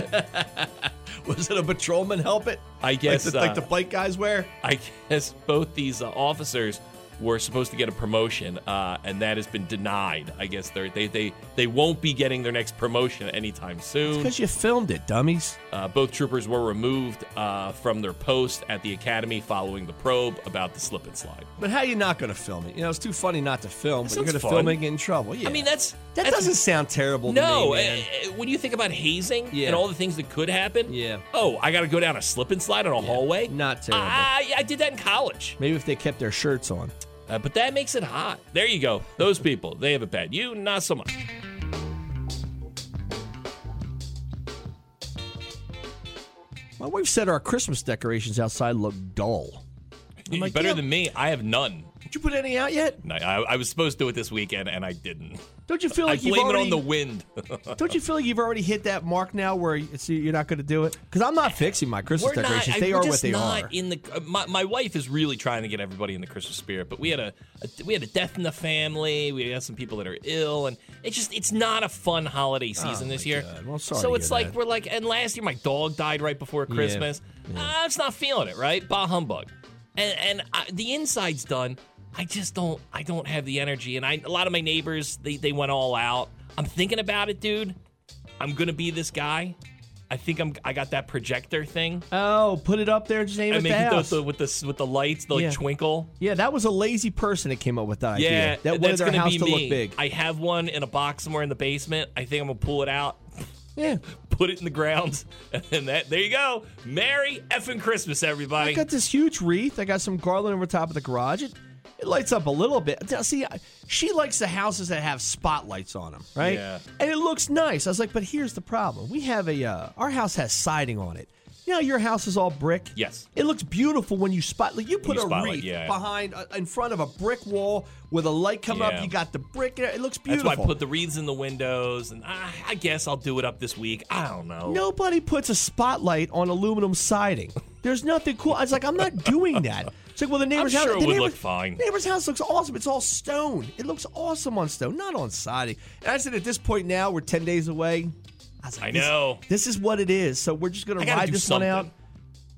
Speaker 2: was it a patrolman helmet?
Speaker 1: I guess uh,
Speaker 2: like the, like the bike guys wear.
Speaker 1: I guess both these uh, officers were supposed to get a promotion, uh, and that has been denied. I guess they they they they won't be getting their next promotion anytime soon.
Speaker 2: Because you filmed it, dummies.
Speaker 1: Uh, both troopers were removed uh, from their post at the academy following the probe about the slip and slide.
Speaker 2: But how you not going to film it? You know, it's too funny not to film.
Speaker 1: That
Speaker 2: but you're going
Speaker 1: sounds
Speaker 2: to
Speaker 1: fun.
Speaker 2: film it and get in trouble. Yeah.
Speaker 1: I mean, that's
Speaker 2: that
Speaker 1: that's-
Speaker 2: doesn't sound terrible.
Speaker 1: No,
Speaker 2: to me, man.
Speaker 1: uh, uh, when you think about hazing
Speaker 2: Yeah.
Speaker 1: and all the things that could happen,
Speaker 2: Yeah.
Speaker 1: Oh, I got to go down a slip and slide on a hallway.
Speaker 2: not terrible.
Speaker 1: I, I did that in college,
Speaker 2: Maybe if they kept their shirts on.
Speaker 1: uh, but that makes it hot. There you go. Those people, they have it bad. You, not so much.
Speaker 2: My wife said our Christmas decorations outside look dull. I'm like,
Speaker 1: Better
Speaker 2: "Yeah,
Speaker 1: than me. I have none.
Speaker 2: Did you put any out yet?
Speaker 1: No, I, I was supposed to do it this weekend, and I didn't.
Speaker 2: Don't you feel
Speaker 1: I
Speaker 2: like you've
Speaker 1: blame it
Speaker 2: already
Speaker 1: on the wind.
Speaker 2: Don't you feel like you've already hit that mark now where it's, you're not going to do it? Because I'm not fixing my Christmas decorations.
Speaker 1: I-
Speaker 2: they
Speaker 1: we're
Speaker 2: are what
Speaker 1: just
Speaker 2: they
Speaker 1: not
Speaker 2: are.
Speaker 1: In the uh, my, my wife is really trying to get everybody in the Christmas spirit, but we had a, a we had a death in the family. We had some people that are ill, and it's just it's not a fun holiday season this year.
Speaker 2: Oh God. Well, sorry
Speaker 1: so
Speaker 2: to
Speaker 1: it's
Speaker 2: hear
Speaker 1: like
Speaker 2: that.
Speaker 1: we're like, and last year my dog died right before Christmas. Uh, I'm just not feeling it, right? Bah humbug. And and I, the inside's done. I just don't I don't have the energy, and I a lot of my neighbors they they went all out. I'm thinking about it, dude. I'm gonna be this guy. I think I'm. I got that projector thing.
Speaker 2: oh, put it up there and just name
Speaker 1: I
Speaker 2: it
Speaker 1: mean,
Speaker 2: the
Speaker 1: with
Speaker 2: house.
Speaker 1: the, with the with the lights, the like,
Speaker 2: Yeah.
Speaker 1: twinkle.
Speaker 2: yeah, that was a lazy person that came up with that
Speaker 1: Yeah,
Speaker 2: idea. That wanted
Speaker 1: that's
Speaker 2: their
Speaker 1: gonna
Speaker 2: house
Speaker 1: be
Speaker 2: to
Speaker 1: me.
Speaker 2: look big.
Speaker 1: I have one in a box somewhere in the basement. I think I'm gonna pull it out,
Speaker 2: yeah.
Speaker 1: put it in the grounds, and that there you go. Merry effing Christmas,
Speaker 2: I
Speaker 1: everybody.
Speaker 2: got this huge wreath. I got some garland over top of the garage. It, it lights up a little bit. Now, see, I, she likes the houses that have spotlights on them, right?
Speaker 1: Yeah.
Speaker 2: And it looks nice. I was like, but here's the problem. We have a, uh, our house has siding on it. You know, your house is all brick.
Speaker 1: Yes.
Speaker 2: It looks beautiful when you spotlight. You put
Speaker 1: you
Speaker 2: a
Speaker 1: spotlight,
Speaker 2: wreath
Speaker 1: yeah.
Speaker 2: behind, uh, in front of a brick wall with a light coming
Speaker 1: Yeah.
Speaker 2: up. You got the brick. in it. It looks
Speaker 1: That's
Speaker 2: beautiful.
Speaker 1: why I put the wreaths in the windows, and I, I guess I'll do it up this week. I don't know.
Speaker 2: Nobody puts a spotlight on aluminum siding. There's nothing cool. I was like, I'm not doing that. It's like, well, the neighbor's
Speaker 1: I'm
Speaker 2: house.
Speaker 1: sure it
Speaker 2: the
Speaker 1: would
Speaker 2: neighbor's-
Speaker 1: look fine.
Speaker 2: Neighbor's house looks awesome. It's all stone. It looks awesome on stone, not on siding. And I said, at this point now, we're ten days away. I, was like,
Speaker 1: I
Speaker 2: this-
Speaker 1: know.
Speaker 2: This, is what it is. So we're just gonna
Speaker 1: I gotta
Speaker 2: ride
Speaker 1: do
Speaker 2: this
Speaker 1: something.
Speaker 2: one out.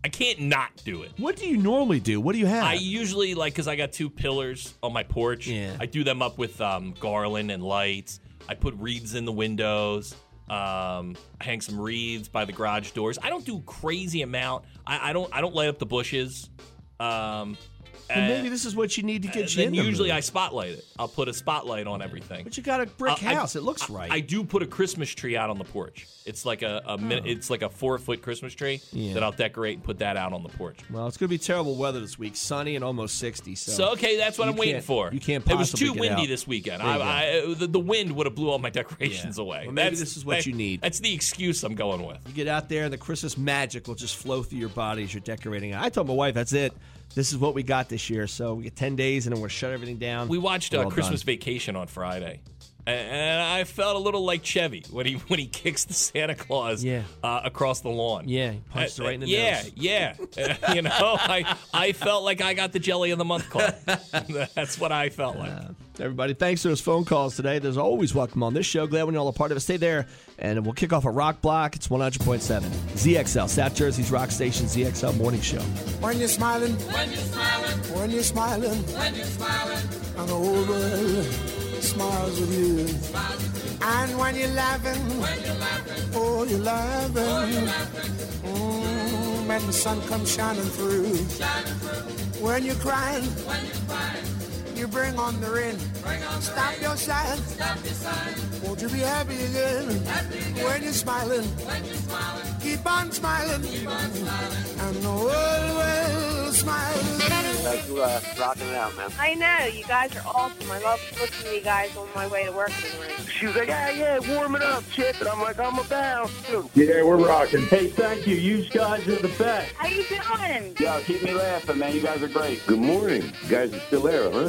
Speaker 1: I can't not do it.
Speaker 2: What do you normally do? What do you have?
Speaker 1: I usually like because I got two pillars on my porch.
Speaker 2: Yeah.
Speaker 1: I do them up with um, garland and lights. I put wreaths in the windows. Um, I hang some wreaths by the garage doors. I don't do crazy amount. I, I don't. I don't light up the bushes. Um,
Speaker 2: Well,
Speaker 1: uh,
Speaker 2: maybe this is what you need to get you.
Speaker 1: then
Speaker 2: in the
Speaker 1: usually
Speaker 2: mood.
Speaker 1: I spotlight it. I'll put a spotlight on everything.
Speaker 2: But you got a brick
Speaker 1: Uh, I-
Speaker 2: house. it looks
Speaker 1: I-
Speaker 2: right.
Speaker 1: I do put a Christmas tree out on the porch. It's like a, a min- it's like a four foot Christmas tree
Speaker 2: Oh. Yeah.
Speaker 1: that I'll decorate and put that out on the porch.
Speaker 2: well, it's gonna be terrible weather this week. Sunny and almost sixty. So,
Speaker 1: So okay, that's what
Speaker 2: you
Speaker 1: I'm waiting
Speaker 2: can't-
Speaker 1: for.
Speaker 2: you can't
Speaker 1: It was
Speaker 2: possibly
Speaker 1: too
Speaker 2: get
Speaker 1: windy
Speaker 2: out.
Speaker 1: this weekend.
Speaker 2: There you
Speaker 1: I, I, the, the wind would have blew all my decorations
Speaker 2: Yeah.
Speaker 1: away.
Speaker 2: Well, maybe this is what
Speaker 1: that-
Speaker 2: you need.
Speaker 1: That's the excuse I'm going with.
Speaker 2: You get out there and the Christmas magic will just flow through your body as you're decorating. I told my wife, that's it. This is what we got this year. So we get 10 days and then we're shut everything down.
Speaker 1: We watched
Speaker 2: We're
Speaker 1: uh,
Speaker 2: all
Speaker 1: Christmas
Speaker 2: done.
Speaker 1: Vacation on Friday, and, and I felt a little like Chevy when he when he kicks the Santa Claus
Speaker 2: Yeah.
Speaker 1: uh, across the lawn. Uh,
Speaker 2: Yeah, he punched her right in the
Speaker 1: yeah,
Speaker 2: nose.
Speaker 1: yeah. Uh, you know, I I felt like I got the Jelly of the Month Club. that's what I felt like.
Speaker 2: Everybody, thanks for those phone calls today. There's always welcome on this show. Glad when you're all a part of it. Stay there and we'll kick off a rock block. It's 100.7 ZXL, South Jersey's rock station ZXL morning show.
Speaker 8: When you're smiling, when you're smiling, when you're smiling, when you're smiling, and the whole world smiles with you. And when you're laughing, when you're laughing, oh, you're laughing. Mm, when the sun comes shining through. When you're crying, when you're crying, you bring on the rain. Stop your sighing. Stop your sighing. Won't you be happy again? Happy again. When you're smiling, when you're smiling, keep on smiling. Keep on smiling. And the world will smile.
Speaker 3: Thanks for uh, rocking it out, man.
Speaker 9: I know. You guys are awesome. I love listening to you guys on my way to work in the morning.
Speaker 3: She was like, yeah, yeah, warming up, shit. And I'm like, I'm about to.
Speaker 10: Yeah, we're rocking. Hey, thank you. You guys are the best.
Speaker 9: How you doing?
Speaker 3: Yo, keep me laughing, man. You guys are great.
Speaker 10: Good morning. You guys are still there, huh?